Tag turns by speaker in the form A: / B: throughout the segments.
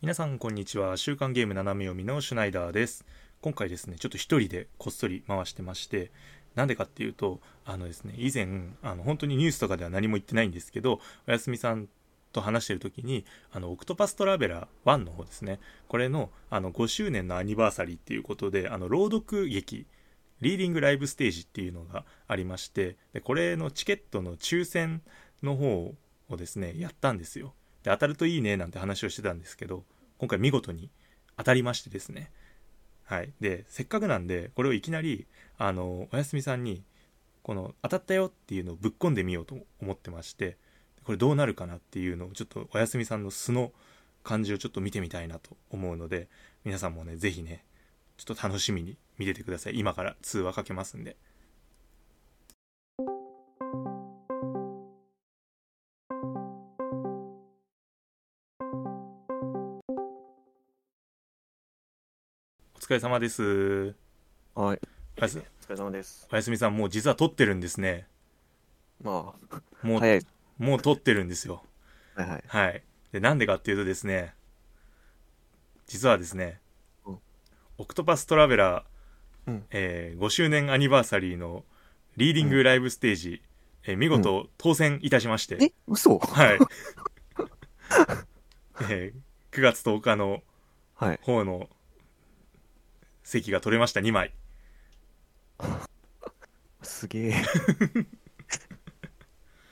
A: 皆さんこんにちは週刊ゲーム斜め読みのシュナイダーです今回ですねちょっと一人でこっそり回してましてなんでかっていうとあのですね以前あの本当にニュースとかでは何も言ってないんですけどおやすみさんと話してる時にあのオクトパストラベラー1の方ですねこれのあの5周年のアニバーサリーっていうことであの朗読劇リーディングライブステージっていうのがありましてでこれのチケットの抽選の方をですねやったんですよで当たるといいねなんて話をしてたんですけど今回見事に当たりましてですねはいでせっかくなんでこれをいきなりあのおやすみさんにこの当たったよっていうのをぶっ込んでみようと思ってましてこれどうなるかなっていうのをちょっとおやすみさんの素の感じをちょっと見てみたいなと思うので皆さんもね是非ねちょっと楽しみに見ててください今から通話かけますんでお疲れ様です
B: はい。
A: おやす
B: お疲れ様です。
A: おやすみさんもう実は撮ってるんですね
B: ま
A: も
B: あ、
A: う、
B: 早い。
A: もう撮ってるんですよ
B: はいはい。
A: はい。で、なんでかっていうとですね、実はですね、
B: うん
A: オクトパストラベラー、
B: うん
A: えー5周年アニバーサリーのリーディングライブステージ、えー見事当選いたしまして、
B: え、嘘
A: はい。 えー9月10日の
B: はい。
A: 方の席が取れました、2枚。
B: すげ え。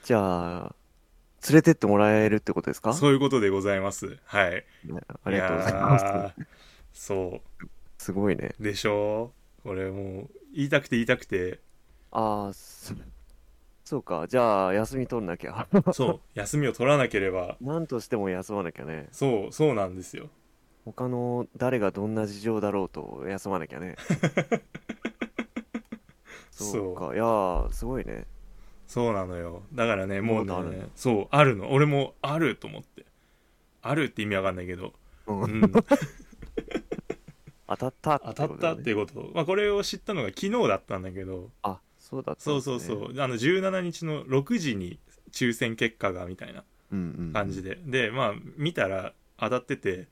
B: じゃあ、連れてってもらえるってことですか
A: そういうことでございます。はい。
B: ねありがとうござい
A: や
B: ま
A: ー。そ
B: す。すごいね。
A: う。でしょうこれもう、言いたくて言いたくて、
B: ああ、そそうか。じゃあ、休み取んなきゃ。
A: そう、休みを取らなければ、
B: なんとしても休まなきゃね。
A: そう、そうなんですよ。
B: 他の誰がどんな事情だろうと休まなきゃね。そう
A: そう
B: か。いやー、すごいね。
A: そうなのよ。だからね、もう
B: そうなの
A: ね
B: よ、
A: そう、あるの。俺もあると思って。あるって意味わかんないけ ど、
B: うん
A: うん
B: 当たったって
A: 当
B: こ
A: た
B: と
A: った
B: だ
A: っ
B: ね
A: ていうこと。まあ、これを知ったのが昨日だったんだけど、
B: あ、そうだったん
A: そう
B: です
A: そ
B: ね
A: うそう、あの、17日の6時に抽選結果が、みたいな
B: うんうん
A: 感じで。で、まあ、見たら当たってて、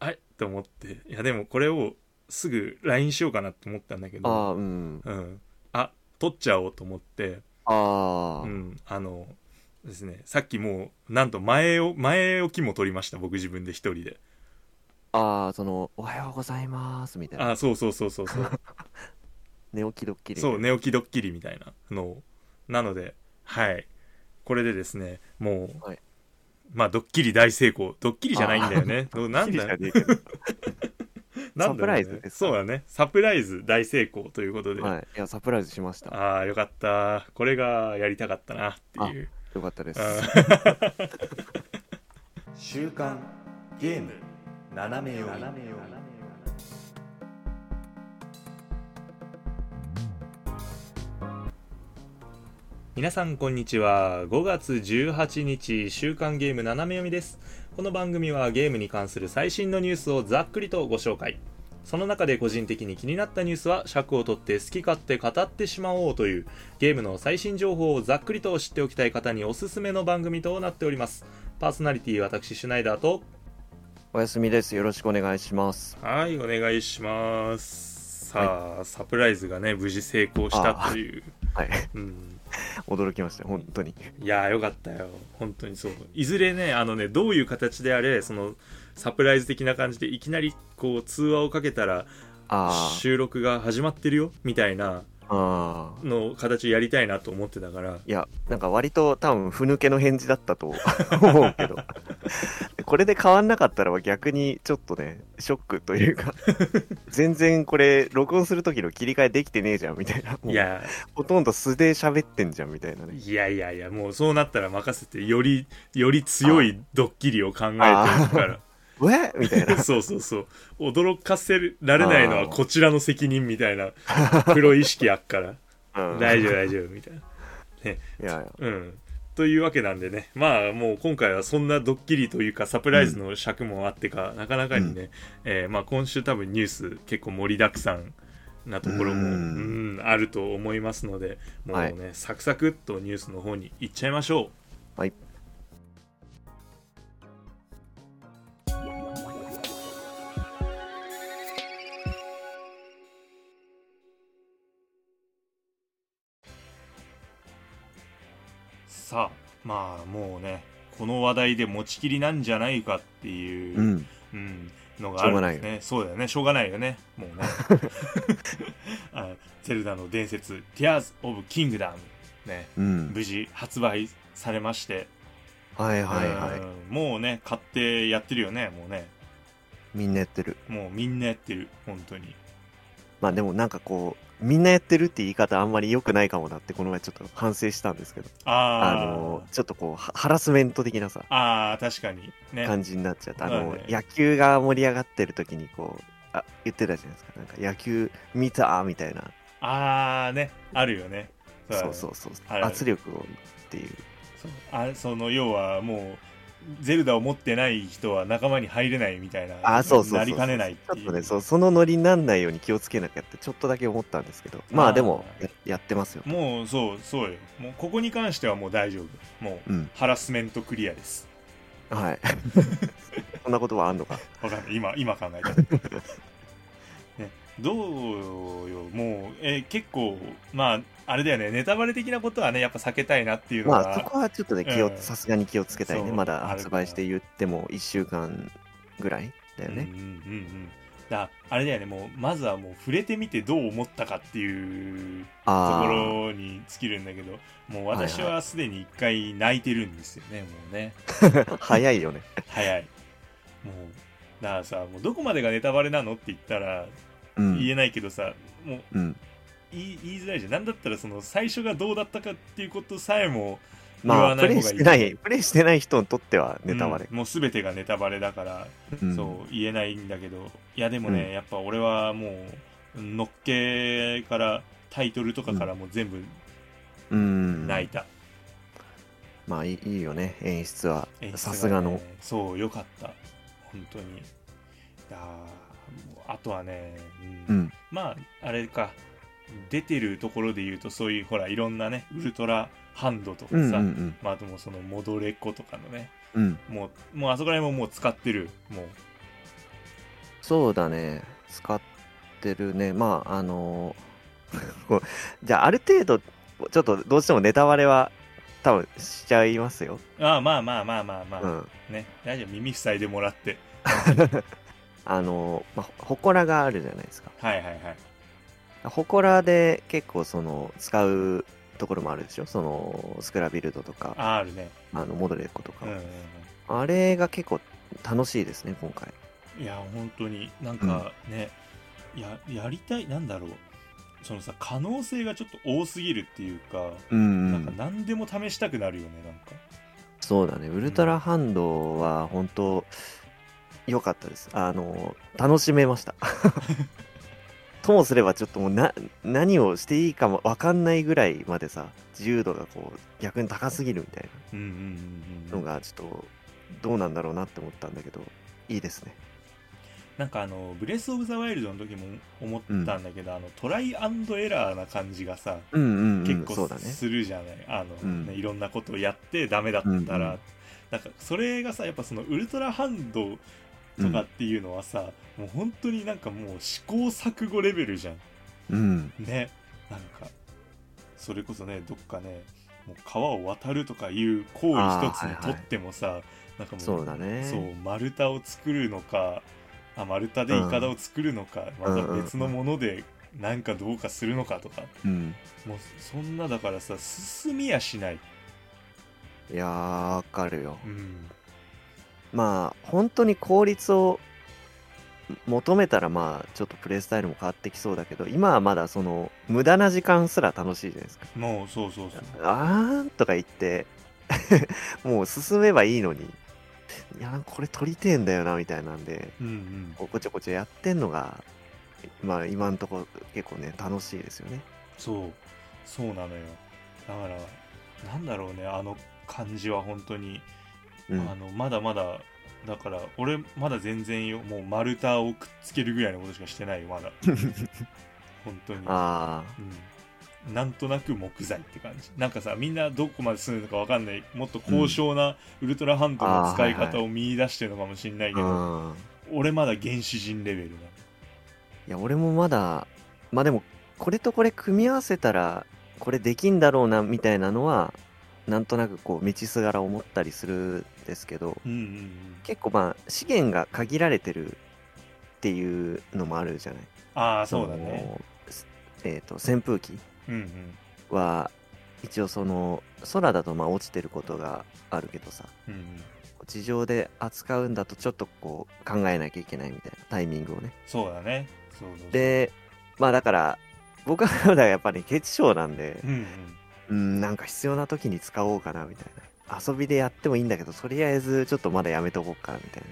A: あれと思って、いや、でもこれをすぐ LINE しようかなって思ったんだけ
B: あ
A: ど、
B: あうん
A: うん。あ、取っちゃおうと思って、
B: ああ、
A: うん、あのですねさっきもうなんと前を前置きも取りました僕自分で一人で
B: ああその「おはようございます」みたいな
A: あそうそうそうそうそう
B: 寝起きドッキリ
A: そう寝起きドッキリみたいなのをなのではいこれでですねもう、
B: はい
A: まあドッキリ大成功ドッキリじゃないんだよねどうなん
B: ド
A: だ
B: ッキリじゃね
A: なんだろうね
B: サプライズですか
A: そうだねサプライズ大成功ということ
B: え
A: で、
B: かはいいやサプライズしました
A: ああよかったこれがやりたかったなっていう
B: よかったです
A: 週刊ゲーム斜め読み皆さんこんにちは5月18日週刊ゲーム斜め読みですこの番組はゲームに関する最新のニュースをざっくりとご紹介その中で個人的に気になったニュースは尺を取って好き勝手語ってしまおうというゲームの最新情報をざっくりと知っておきたい方におすすめの番組となっておりますパーソナリティ私シュナイダーと
B: おやすみですよろしくお願いします
A: はいお願いしますさあ、サプライズがね無事成功したという、
B: はい
A: うん、
B: 驚きました本当に
A: いやーよかったよ本当にそういずれねあのねどういう形であれそのサプライズ的な感じでいきなりこう通話をかけたら
B: あ
A: 収録が始まってるよみたいな
B: ーあー
A: の形をやりたいなと思ってたから
B: いやなんか割と多分ふぬけの返事だったと 思うけど これで変わんなかったら逆にちょっとねショックとい うか全然これ録音する時の切り替えできてねえじゃんみたいなもう
A: いや
B: ほとんど素で喋ってんじゃんみたいなね
A: いやいやいやもうそうなったら任せてよりより強いドッキリを考えてるか
B: えみたいな
A: ら そうそうそう驚かせられないのはこちらの責任みたいなプロ意識あっから
B: うん
A: 大丈夫大丈夫みたいない
B: やいや
A: うん。というわけなんでね、まあもう今回はそんなドッキリというかサプライズの尺もあってか、なかなかにね、えーまあ今週多分ニュース結構盛りだくさんなところも、う
B: うん
A: ん、あると思いますので、もうね、サクサクっとニュースの方に行っちゃいましょう。
B: はい。
A: さあまあもうねこの話題で持ちきりなんじゃないかっていう、
B: うん。
A: うん、のがあるんですね。そうだよね。しょうがないよね。もうね。 あゼルダの伝説、Tears of Kingdom。ね。
B: うん。
A: 無事発売されまして。
B: はいはいはい。
A: うんもうね、買ってやってるよね。もうね。
B: みんなやってる。
A: もうみんなやってる。本当に。
B: まあでもなんかこう、みんなやってるって言い方あんまり良くないかもなって、この前ちょっと反省したんですけど、あ
A: あー
B: の、ちょっとこう、ハハラスメント的なさ、
A: あー、確かに。ね。
B: 感じになっちゃった。あの、
A: まあね
B: 野球が盛り上がってる時にこう、あ、言ってたじゃないですか。なんか野球見たーみたいな。
A: ああ、ね。あるよね。だね
B: そうそうそう。
A: あるある
B: 圧力をっていう。
A: そうあその要はもうゼルダを持ってない人は仲間に入れないみたいな
B: あ、そうそうそう。
A: なりかねないっ
B: ちょ
A: て
B: っ
A: い
B: と
A: う
B: ね、そう、そのノリになんないように気をつけなきゃって、ちょっとだけ思ったんですけど。ま
A: まあ
B: あでも、ややってますよ。
A: もうそうそうよもうここに関してはもう大丈夫もう
B: うん。
A: ハラスメントクリアです
B: はい。そんなことはあんのか。
A: わかんない今今考え たねどうよもう、えー結構まああれだよねネタバレ的なことはねやっぱ避けたいなっていうのが、
B: まあそこはちょっとね、気
A: う
B: を、
A: ん
B: さすがに気をつけたい
A: そ
B: ね。
A: う
B: まだ
A: ある
B: 発
A: から
B: 売して言っても1週間ぐらいだよ
A: うんうん
B: ね。
A: うんうんだあれだよねもうまずはもう触れてみてどう思ったかっていうとこ
B: あ
A: ろに尽きるんだけどもう
B: はいはい
A: 私はすでに一回泣いてるんですよね、もうね
B: あ、早いよね。
A: 早いもうだからさもうどこまでがネタバレなのって言ったら
B: う
A: 言
B: ん。
A: えないけどさ、もう
B: うん。
A: 言い言いづらいじゃんなんだったらその最初がどうだったかっていうことさえも言
B: ま
A: わ
B: あ、
A: な
B: プ
A: い
B: レ
A: 方
B: イ
A: が
B: し
A: いい
B: てない、プレイしてない人にとってはネタバレ
A: う。んもう全てがネタバレだから、
B: うん
A: そう言えないんだけどいやでもね、
B: うん
A: やっぱ俺はもうのっけからタイトルとかからもう全部
B: うん。
A: 泣いた、
B: まあいいいいよね、演出は
A: 演出が。ね
B: さすがの。
A: そうよかった本当にだもうあとはね、う
B: うんん。
A: まああれか出てるところで言うとそういうほらいろんなねウルトラハンドとか
B: うんうん
A: さ、
B: うん
A: まあ、あともうその戻れっことかのね
B: うん。
A: もうもうあそこら辺ももう使ってるもう
B: そうだね、使ってるね。まあ、あのー こうじゃあ、ある程度、ちょっとどうしてもネタバレは多分しちゃいますよ。
A: ああまあまあまあまあまあ、
B: うん。
A: ね大丈夫耳塞いでもらって
B: あのー、まあ、ほこらがあるじゃないですか。
A: はいはいはい
B: ほこらで結構その使うところもあるでしょそのスクラビルドとか、
A: ああるね
B: あの、モドレッコと
A: う
B: か
A: ん、うん、
B: あれが結構楽しいですね、今回。
A: うん、いや本当になんかね、ややりたいなんだろうそのさ可能性がちょっと多すぎるっていうか、
B: うん
A: なんか何でも試したくなるよねなんか
B: そうだね、ウルトラハンドは本当良かったです。あの、楽しめま した。ともすればちょっともうな何をしていいかも分かんないぐらいまでさ自由度がこう逆に高すぎるみたい
A: うんうんうんう
B: な
A: ん
B: の
A: うん
B: がちょっとどうなんだろうなって思ったんだけどいいですね
A: なんかあのブレス・オブ・ザ・ワイルドの時も思ったんだけど、あのトライアンドエラーな感じがさ
B: うんうん、うん、
A: 結構
B: そうだね
A: するじゃない、あの
B: うん
A: ねいろんなことをやってダメだったら、
B: うんうん
A: なんかそれがさやっぱそのウルトラハンドとかっていうのはさ、もう本当になんかもう試行錯誤レベルじゃん
B: うん
A: ねなんかそれこそねどっかねもう川を渡るとかいう行為一つにとってもさ、なんかもう
B: そうだね
A: そう丸太を作るのかあ丸太でイカダを作るのか、
B: う
A: ま
B: ん
A: た別のものでなんかどうかするのかとか、
B: うん
A: もうそんなだからさ進みやしない、
B: いやーわかるよ
A: うん、
B: まあ本当に効率を求めたらまあちょっとプレイスタイルも変わってきそうだけど今はまだその無駄な時間すら楽しいじゃないですか
A: もうそうそうそう
B: あーんとか言って もう進めばいいのにいやこれ取りてえんだよなみたいなんで
A: うんうん
B: こうこちょこちょやってんのがまあ今んとこ結構ね楽しいですよね
A: そうそうなのよだからなんだろうねあの感じは本当に
B: う
A: あ
B: ん
A: のまだまだだから俺まだ全然よもう丸太をくっつけるぐらいのことしかしてないよま だ本当に、
B: あ
A: うん、なんとなく木材って感じなんかさみんなどこまで進んでるのかわかんないもっと高尚なウルトラハンドの使い
B: あーはい
A: 方
B: は
A: を見出してるのかもしんない
B: ー
A: けど、
B: あー
A: 俺まだ原始人レベルなの
B: いや、俺もまだ、まあでも、これとこれ組み合わせたら、これできんだろうな、みたいなのは、なんとなくこう道すがら思ったりするんですけど
A: うんうんうん
B: 結構まあ資源が限られてるっていうのもあるじゃない
A: ああそうだね
B: そのえっ、と扇風機
A: うんうん
B: は一応その空だとまあ落ちてることがあるけどさ
A: うんうん
B: 地上で扱うんだとちょっとこう考えなきゃいけないみたいなタイミングをね
A: そうだねそうそうそう
B: でまあだから僕はまだやっぱりケチ症なんで
A: うんうん
B: うんなんか必要な時に使おうかなみたいな遊びでやってもいいんだけどとりあえずちょっとまだやめとこうかなみたい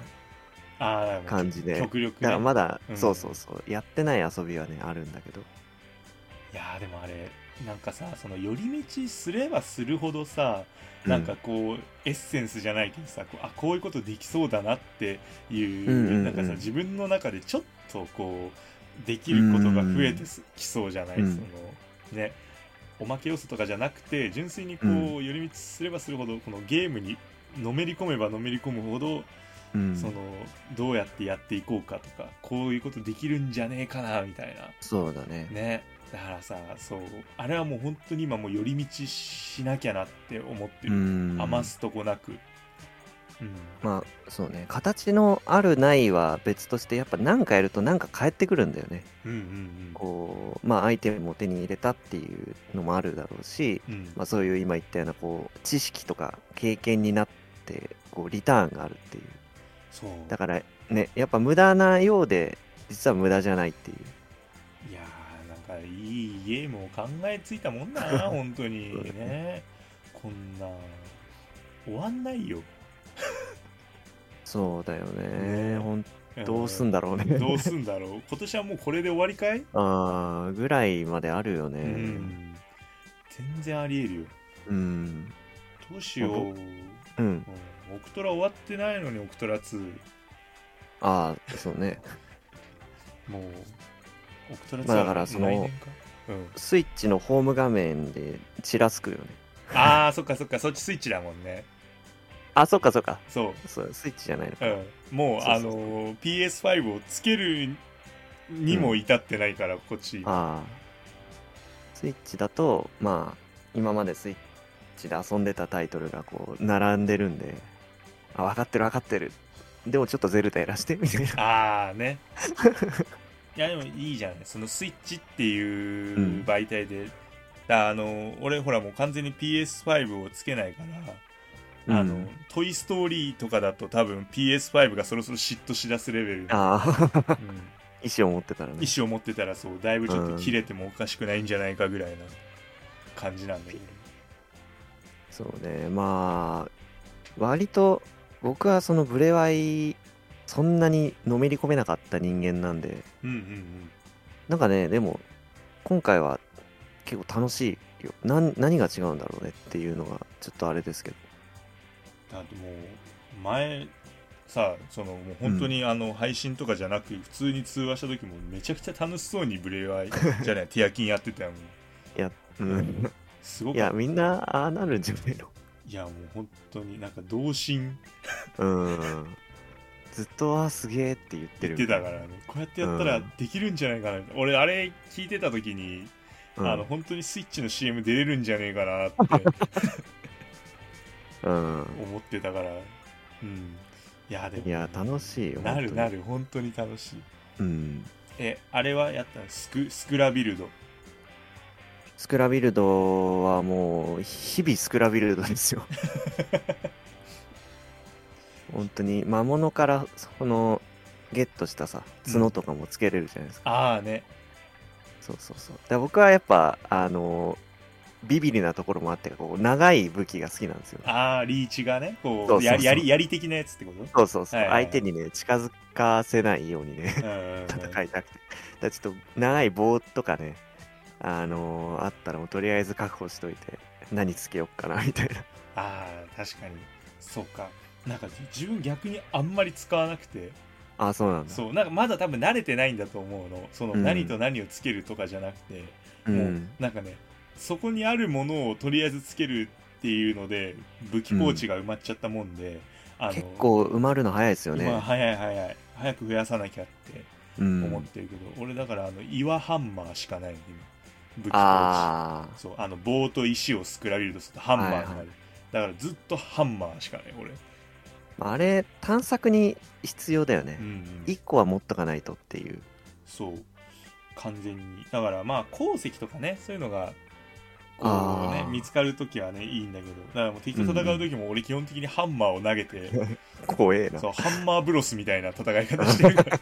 B: な
A: ああだから
B: 感じで
A: 極力
B: だから
A: ね
B: まだ、
A: うん
B: そうそうそうやってない遊びはねあるんだけど
A: いやーでもあれなんかさその寄り道すればするほどさなんかこう、エッセンスじゃないけどさこうあこういうことできそうだなっていう,、
B: うんうんうん
A: なんかさ自分の中でちょっとこうできることが増えてすきそうじゃない、
B: うん
A: そのねおまけ要素とかじゃなくて純粋にこう、
B: う
A: 寄り道すればするほどこのゲームにのめり込めばのめり込むほど、
B: うん、うん
A: そのどうやってやっていこうかとかこういうことできるんじゃねえかなみたいな
B: そうだね
A: ねだからさそうあれはもう本当に今もう寄り道しなきゃなって思って
B: う
A: る、
B: ん
A: 余すとこなくうん
B: まあそうね形のあるないは別としてやっぱ何かやると何か返ってくるんだよね
A: うんうん
B: こうまあアイテムも手に入れたっていうのもあるだろうし、
A: うんうん
B: まあ、そういう今言ったようなこう知識とか経験になってこうリターンがあるっていう
A: そう
B: だからねやっぱ無駄なようで実は無駄じゃないっていう
A: いやーなんかいいゲームを考えついたもんだな本当に
B: そうだ
A: ねこんな終わんないよ
B: そうだよ
A: ね
B: ねほんどうすん
A: だ
B: だろうね
A: どうすんだろう今年はもうこれで終わりかい、
B: ああぐらいまであるよ
A: う
B: ね
A: ん全然ありえるよ
B: うん
A: どうしよう、
B: うん
A: うん、オクトラ終わってないのにオクトラ2
B: ああそうね
A: もうオクトラ2
B: まあだからその
A: 来年かうん、
B: スイッチのホーム画面でちらつくよね
A: ああそっかそっかそっちスイッチだもんね
B: あそっかそっか
A: そう
B: そうスイッチじゃないの
A: うん、もう
B: そうそう
A: あのー PS5 をつけるにも至ってないから、こっち
B: ああスイッチだとまあ今までスイッチで遊んでたタイトルがこう並んでるんであ分かってる分かってるでもちょっとゼルダやらしてみたいな
A: ああ ねいやでもいいじゃないそのスイッチっていう
B: うん
A: 媒体で、だあのー俺ほらもう完全に PS5 をつけないからあの、
B: うん
A: トイ・ストーリーとかだと多分 PS5 がそろそろ嫉妬しだすレベル、
B: あ
A: う
B: あ
A: ん
B: 意思を持ってたらね
A: 意思を持ってたらそうだいぶちょっと切れてもおかしくないんじゃないかぐらいな感じなんだけど、
B: そうねまあ割と僕はそのブレワイそんなにのめり込めなかった人間なんで
A: うん、うんうん
B: なんかねでも今回は結構楽しいよなん何が違うんだろうねっていうのがちょっとあれですけど
A: だってもう前さそのもう本当にあの配信とかじゃなく普通に通話した時もめちゃくちゃ楽しそうにブレワイじゃないティアキンやってたよもん
B: うん
A: すご
B: い
A: くい
B: や
A: や
B: みんなああなるんじゃないの
A: もう本当になんか童心
B: うんずっとはすげえって言って
A: 言
B: る
A: ってたからねこうやってやった
B: う
A: ら
B: ん
A: できるんじゃないかな、俺あれ聞いてた時に、
B: うん
A: あの本当にスイッチの CM 出れるんじゃねえかなって
B: うん
A: 思ってたから、うん、いやでも
B: いや楽しいよ
A: な
B: 本当
A: る
B: に
A: なる本当に楽しい
B: うん
A: えあれはやったのスクスクラビルド
B: スクラビルドはもう日々スクラビルドで すよ本当に魔物からそのゲットしたさ角とかもつけれるじゃないですか、
A: ああね
B: そうそうそうで僕はやっぱあのビビリなところもあってこう長い武器が好きなんですよ
A: ああリーチがねこう
B: そうそうそう
A: ややりやり的なやつってこと
B: そうそうそう、
A: はいはいはい
B: 相手にね近づかせないようにね戦
A: 戦い
B: いたくてだ からちょっと長い棒とかねあのあったらもうとりあえず確保しといて何つけよっかなみたいな
A: ああ確かにそうかなんか自分逆にあんまり使わなくて
B: あそうなんだ
A: そうなんかまだ多分慣れてないんだと思うのその
B: うん
A: 何と何をつけるとかじゃなくて、
B: うん
A: もうなんかねそこにあるものをとりあえずつけるっていうので武器ポーチが埋まっちゃったもんで、あの
B: 結構埋まるの早いですよね。
A: 今早い早い早く増やさなきゃって
B: うん
A: 思ってるけど、俺だからあの岩ハンマーしかないの今武器ポーチ
B: ああ、
A: そうあの棒と石をスクラビルドするとハンマーになる、
B: はいはい
A: だからずっとハンマーしかない俺、
B: あれ、探索に必要だよね
A: うん。うん
B: 1個は持っとかないとっていう。
A: そう完全にだからまあ鉱石とかねそういうのがこうね
B: あー
A: 見つかるときはねいいんだけどだからもう敵と戦うときも俺基本的にハンマーを投げて、
B: 怖えな。
A: そうハンマーブロスみたいな戦い方してる から、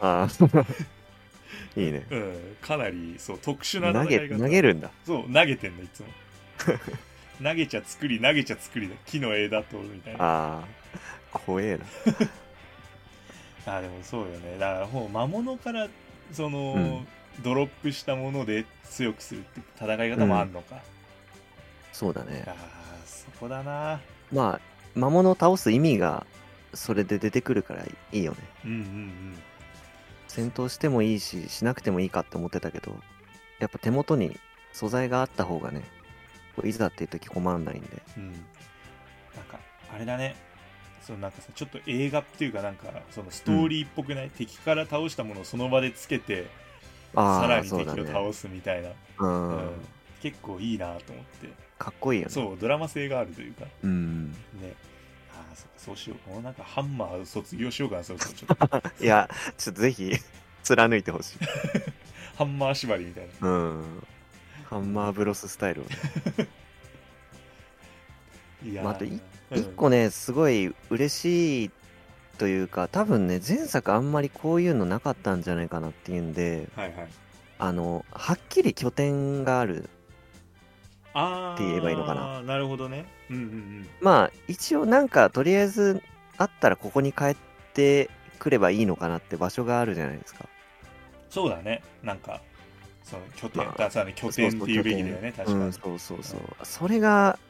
B: ああ、 いいね。
A: うん、かなりそう特殊な
B: 投
A: 戦い
B: げ
A: 方
B: 投げるんだ。
A: そう投げてんだいつも 投げちゃ作り投げちゃ作りだ木の枝取るみたいな
B: ああ、怖えな。
A: あーでもそうよねだからもう魔物からその、
B: うん
A: ドロップしたもので強くするって戦い方もあんのか、
B: そうだね
A: あ。あそこだな
B: まあ、魔物を倒す意味が、それで出てくるからいいよね。
A: うんうんうん
B: 戦闘してもいいし、しなくてもいいかって思ってたけど、やっぱ手元に素材があった方がね、こういざっていう時困んないんで。
A: うんなんかあれだねそのなんかさちょっと映画っていうかなんかそのストーリーっぽくない、敵から倒したものをその場でつけてさ
B: あ
A: ら
B: あ、
A: に
B: そ
A: 敵
B: うだ
A: を
B: ね。
A: 倒すみたいな、
B: う
A: うん
B: ん。
A: 結構いいなと思って
B: かっこいいよね。
A: そうドラマ性があるというか
B: うん。
A: ねああそうそうしようもうなんかハンマー卒業しようかなそろそろちょっと
B: いや、ちょっとぜひ、貫いてほしい。
A: ハンマー縛りみたいな
B: うん。ハンマーブロススタイルをね。
A: いやー
B: またい
A: うん
B: 一個ね、すごい嬉しいというか、多分ね、前作あんまりこういうのなかったんじゃないかなっていうんで、
A: はいはい
B: あの、はっきり拠点がある。
A: ああ
B: って言えばいいのかな
A: なるほどねうんうんうん
B: まあ、一応なんか、とりあえず、あったらここに帰ってくればいいのかなって場所があるじゃないですか。
A: そうだね、なんか、その拠点、
B: まあ
A: ださね、拠点っていうべきだよね、
B: そう
A: 確かに。
B: そう拠点うん、そうそうそう。それが、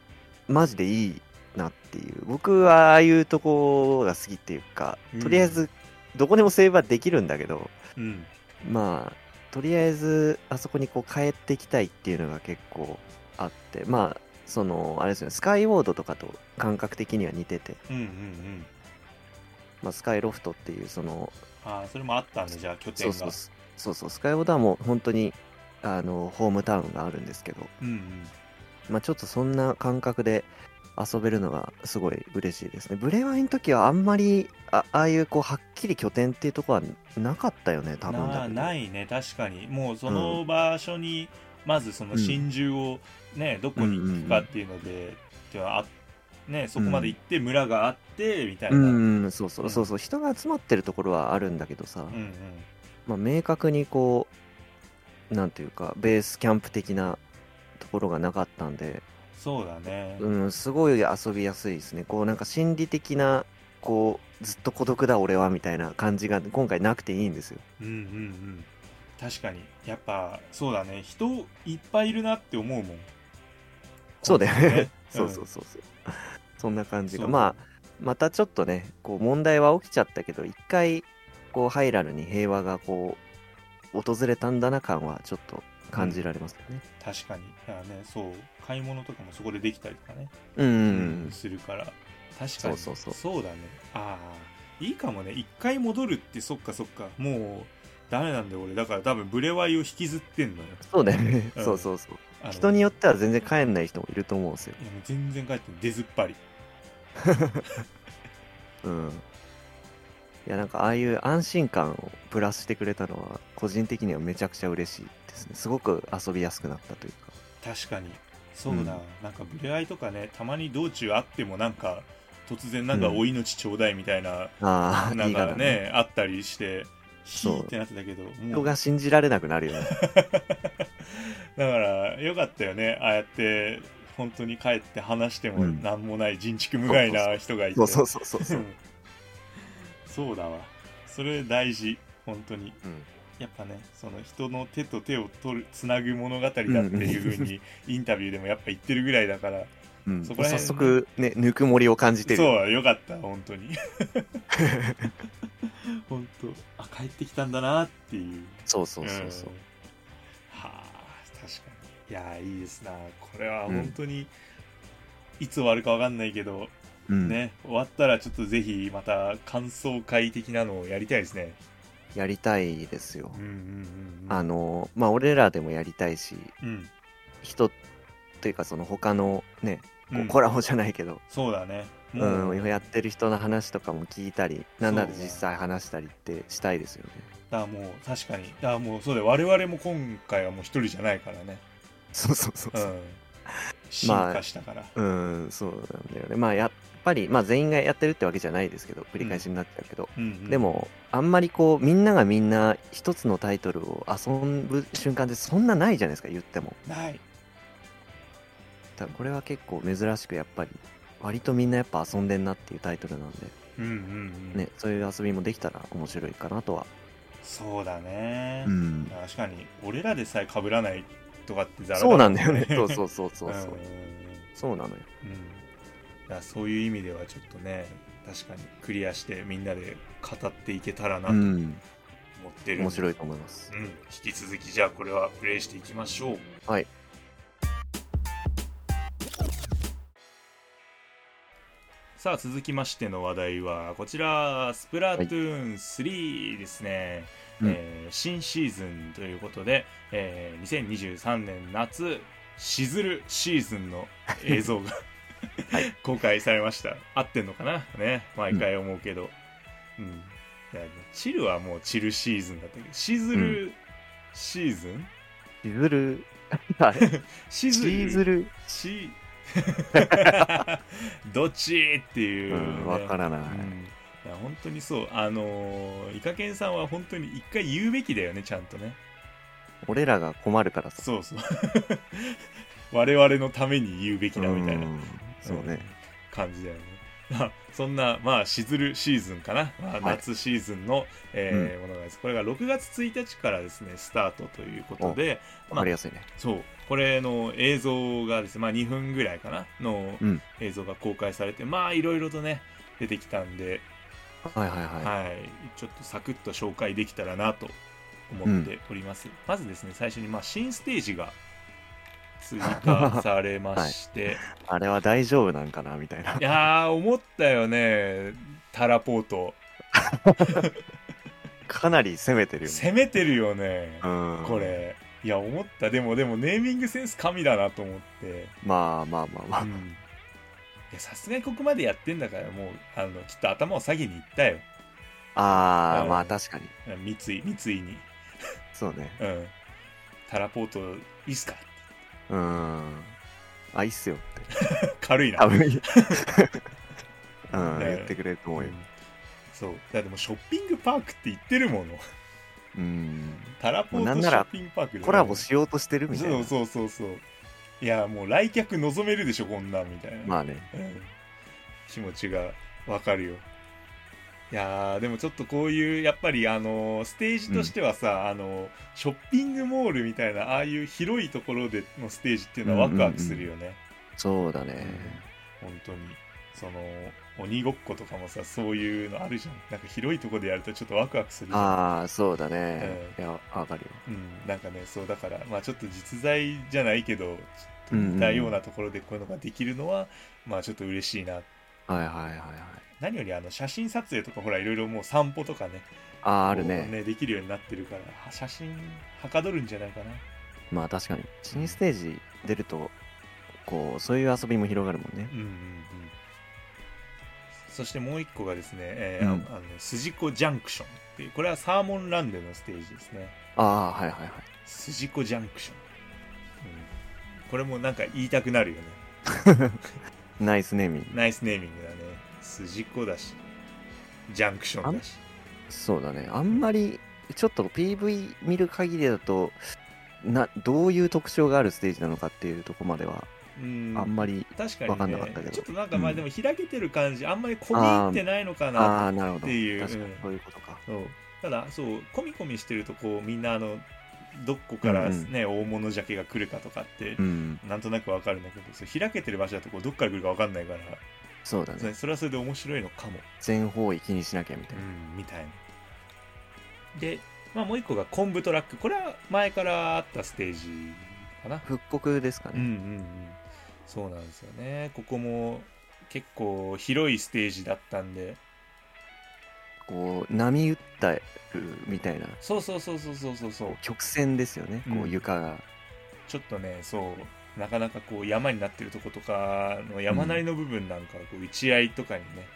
B: マジでいいなっていう。僕はああいうとこが好きっていうか
A: うん、
B: とりあえず、どこでもセーブはできるんだけど、
A: うん、
B: まあとりあえずあそこにこう帰ってきたいっていうのが結構あってまあそのあれですよねスカイウォードとかと感覚的には似てて、
A: うん、うん、うん。
B: まあ、スカイロフトっていうその
A: ああ、それもあったんで、じゃあ、拠点
B: そう
A: が。
B: そうそうそうスカイウォードはもう本当にあのホームタウンがあるんですけど、
A: うん、うん。
B: まあ、ちょっとそんな感覚で遊べるのがすごい嬉しいですねブレワイの時はあんまりあああいうこうはっきり拠点っていうとこはなかったよね多分だ
A: な
B: けど
A: ないね、確かに。もう、その場所に、まず、その真珠をね、どこに行くかっていうので、っていうのはあね、そこまで行って、村があって、みたいうな。うん、
B: んうんそうそうそうそう人が集まってるところはあるんだけどさ、
A: うん、
B: まあ、明確にこうなんていうかベースキャンプ的なところがなかったんで、
A: そうだね。
B: うん、すごい遊びやすいですねこうなんか心理的なこうずっと孤独だ俺はみたいな感じが今回なくていいんですよ
A: うんうんうん確かにやっぱそうだね人いっぱいいるなって思うもん
B: そうだよね
A: そ
B: そ
A: そ
B: ううそううそうそう、そんな感じ
A: そ
B: が
A: う
B: まあまたちょっとねこう問題は起きちゃったけど一回こうハイラルに平和がこう訪れたんだな感はちょっと感じられますよね
A: 確かにだからねそう買い物とかもそこでできたりとかね、
B: うん、うんうん、
A: するから確かに
B: そうそうそう
A: だねああいいかもね一回戻るってそっかそっかもうダメなんだよ俺だから多分ブレワイを引きずってんのよ
B: そうだよね、
A: うん
B: そうそうそう
A: あの
B: 人によっては全然帰んない人もいると思うんですよ。
A: いやもう全然帰って出ずっぱり
B: うん。いや、なんかああいう安心感をプラスしてくれたのは、個人的にはめちゃくちゃ嬉しいですね。すごく遊びやすくなったというか。
A: 確かにそうだ、
B: うん
A: なんかブレワイとかねたまに道中あってもなんか突然なんかお命ちょうだいみたいな、
B: ああ、
A: ないん
B: いか
A: か
B: な、
A: ね、あったりして、ヒ
B: そう
A: ーってなってたけど、も
B: 人
A: う
B: が信じられなくなるよね。
A: だから、よかったよね、ああやって、本当に帰って話しても
B: うん
A: なんもない、人畜無害な人がいて、
B: そうそうそうそうそうう。
A: んそうだわ、それ大事、本当に。
B: うん
A: やっぱね、その人の手と手を取るつなぐ物語だっていうふうに、インタビューでもやっぱ言ってるぐらいだから、
B: うん、
A: そこら辺
B: 早速ね、ぬくもりを感じてる。
A: そうよかった本当に 本当あ帰ってきたんだなっていう
B: そうそうそうそう。
A: んはあ確かにいやーいいですなこれは本当に、いつ終わるかわかんないけど、
B: うん
A: ね終わったらちょっとぜひまた感想会的なのをやりたいですね
B: やりたいですよ
A: うん。うんうんうん
B: あの、まあ、俺らでもやりたいし、
A: うん
B: 人というかその他のねこう
A: うん
B: コラボじゃないけど、
A: そうだね。
B: う
A: も
B: ん
A: う、
B: やってる人の話とかも聞いたりなんなら
A: そうね
B: 実際話したりってしたいですよね
A: だからもう確かに。だからもうそうだよ。我々も今回はもう一人じゃないからね。
B: そうそうそう
A: う
B: そう、
A: ん。進化したから。
B: うん、そうなんだよねまあやっぱり、まあ、全員がやってるってわけじゃないですけど繰り返しになっちゃうけど、
A: うんうん
B: で、もあんまりこうみんながみんな一つのタイトルを遊ぶ瞬間ってそんなないじゃないですか言っても
A: ない。
B: だからこれは結構珍しくやっぱり割とみんなやっぱ遊んでんなっていうタイトルなんで、
A: うんうんうん。
B: ね、そういう遊びもできたら面白いかなとは、
A: そうだね。
B: ん、
A: 確かに、俺らでさえ被らないとかってざら
B: そうなんだよねそう
A: う
B: そうそうそうそう、
A: んん
B: そうなのよ
A: うん。うんだからそういう意味ではちょっとね、確かにクリアしてみんなで語っていけたらなと思っ
B: ん
A: てるん
B: 面
A: で
B: 白いと思います
A: うん、引き続きじゃあこれはプレイしていきましょう
B: はい
A: さあ続きましての話題はこちら「スプラトゥーン3」ですね、
B: うん
A: えー新シーズンということで、えー2023年夏しずるシーズンの映像が、公開されました合ってんのかなね毎回思うけど、うんいやチルはもうチルシーズンだったけどしずるシーズン、
B: シズ ルあれ
A: しず
B: シズ
A: る
B: ル
A: し どっちっていうう、ね
B: んわからない、
A: うんいや本当にそうあのーイカケンさんは本当に一回言うべきだよねちゃんとね
B: 俺らが困るからさ
A: そうそう 我々のために言うべきだみたいな
B: うんそうね、
A: 感じだよね。 まあそんな、まあ、しずるシーズンかな、まあ、夏シーズンの、えーものがです。これが6月1日からですね、スタートということで、
B: わかりやすいね
A: そう、これの映像がですね、まあ、2分ぐらいかな、の
B: うん
A: 映像が公開されて、まあ、いろいろとね、出てきたんで、
B: はいはいはい、
A: はい、ちょっとサクッと紹介できたらなと思っております。まずですね、最初に、まあ、新ステージが追 加されまして、
B: あれは大丈夫なんかなみたいない
A: やー思ったよねタラポート
B: かなり攻めてるよね、
A: 攻めてるよね
B: うん、
A: これいや思ったでもでもネーミングセンス神だなと思って
B: まあまあまあまあ、
A: うんいやさすがにここまでやってんだからもうあのきっと頭を下げに行ったよ
B: あ
A: う
B: あ
A: ん
B: まあ確かに
A: 三井三井に
B: そうね
A: うんタラポートいいっすか
B: うーんあいいっすよって
A: 軽いな
B: 多 分う
A: ね
B: ん言ってくれると思うよ
A: うんそうだってもうショッピングパークって言ってるもの
B: うん
A: タラポー
B: な
A: ト
B: ん
A: シ
B: な
A: ョ
B: ら
A: ッピングパークだよね
B: コラボしようとしてるみたい
A: そう
B: な
A: そうそうそういやもう来客望めるでしょこんなんみたいな、
B: まあね
A: うん気持ちがわかるよいやーでもちょっとこういうやっぱりあのーステージとしてはさ、あのーショッピングモールみたいなああいう広いところでのステージっていうのはワクワクするよね、
B: そうだね
A: 本当にその鬼ごっことかもさそういうのあるじゃんなんか広いところでやるとちょっとワクワクするじゃん
B: ああそうだねいやわかるよ
A: うん、なんかねそうだからまあちょっと実在じゃないけどちょっと似たようなところでこういうのができるのは、まあちょっと嬉しいな
B: はいはいはいはい
A: 何よりあの写真撮影とかほらいろいろもう散歩とかね
B: ああある
A: こう
B: ね
A: できるようになってるからは写真はかどるんじゃないかな
B: まあ確かに新ステージ出るとこうそういう遊びも広がるもんね
A: うんうんうんそしてもう一個がですね、えー
B: うん
A: あの筋子ジャンクションっていうこれはサーモンランデのステージですね
B: ああはいはいはい
A: 筋子ジャンクション、うんこれもなんか言いたくなるよね
B: ナイスネーミング
A: ナイスネーミングだね。筋子だし、ジャンクションだし。
B: そうだねあんまりちょっと PV 見る限りだとなどういう特徴があるステージなのかっていうとこまでは
A: うん
B: あんまり、
A: 確か
B: わか
A: に
B: ん
A: ね
B: なかったけど
A: ちょっとなんかまあ
B: うん
A: でも開けてる感じ、あんまり込み入ってないのか
B: あ
A: な
B: あなるほど
A: っていう
B: 確かに
A: うん
B: そういうことか
A: そうただそうコミコミしてるとこうみんなあのどこから
B: うんうん
A: ね、大物ジャケが来るかとかって
B: う、ん
A: なんとなくわかるんだけどそう開けてる場所だとこうどっから来るかわかんないから、
B: そうだ
A: それ
B: ね
A: それはそれで面白いのかも、
B: 全方位気にしなきゃみたいな
A: うんみたいなで、まあ、もう一個がコンブトラックこれは前からあったステージかな
B: 復刻ですか
A: うんうんう
B: ね
A: んそうなんですよねここも結構広いステージだったんで
B: こう波打ったるみたいな
A: そうそうそうそうそうそうそう
B: 曲線ですよね
A: うん
B: こう床が
A: ちょっとねそうなかなかこう山になってるとことかの山なりの部分なんかこう打ち合いとかにね、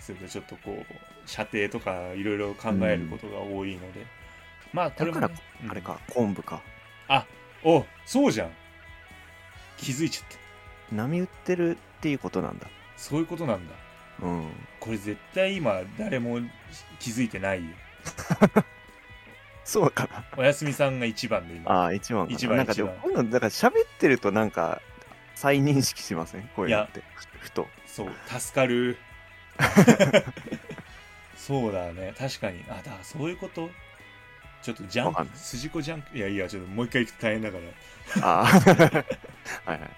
A: するとちょっとこう射程とかいろいろ考えることが多いので、まあこれもね、
B: だか
A: うん
B: あれか、昆布か。
A: おそうじゃん気づいちゃった
B: 波打ってるっていうことなんだ。
A: そういうことなんだ
B: うん。
A: これ絶対今誰も気づいてないよ
B: そうかな。
A: おやすみさんが一番で今
B: ああ、一番かな。
A: 一番
B: なんかでも
A: 一、番
B: 今度、なんか喋ってるとなんか、再認識しませんこういうのって。ふふと。
A: そう助かるそうだね確かにあだそういうことちょっとジャ
B: わか
A: ン
B: ん
A: プ
B: ない
A: 筋子ジャンプいやいやちょっともう一回行くと大変だから
B: ああ。はいはい。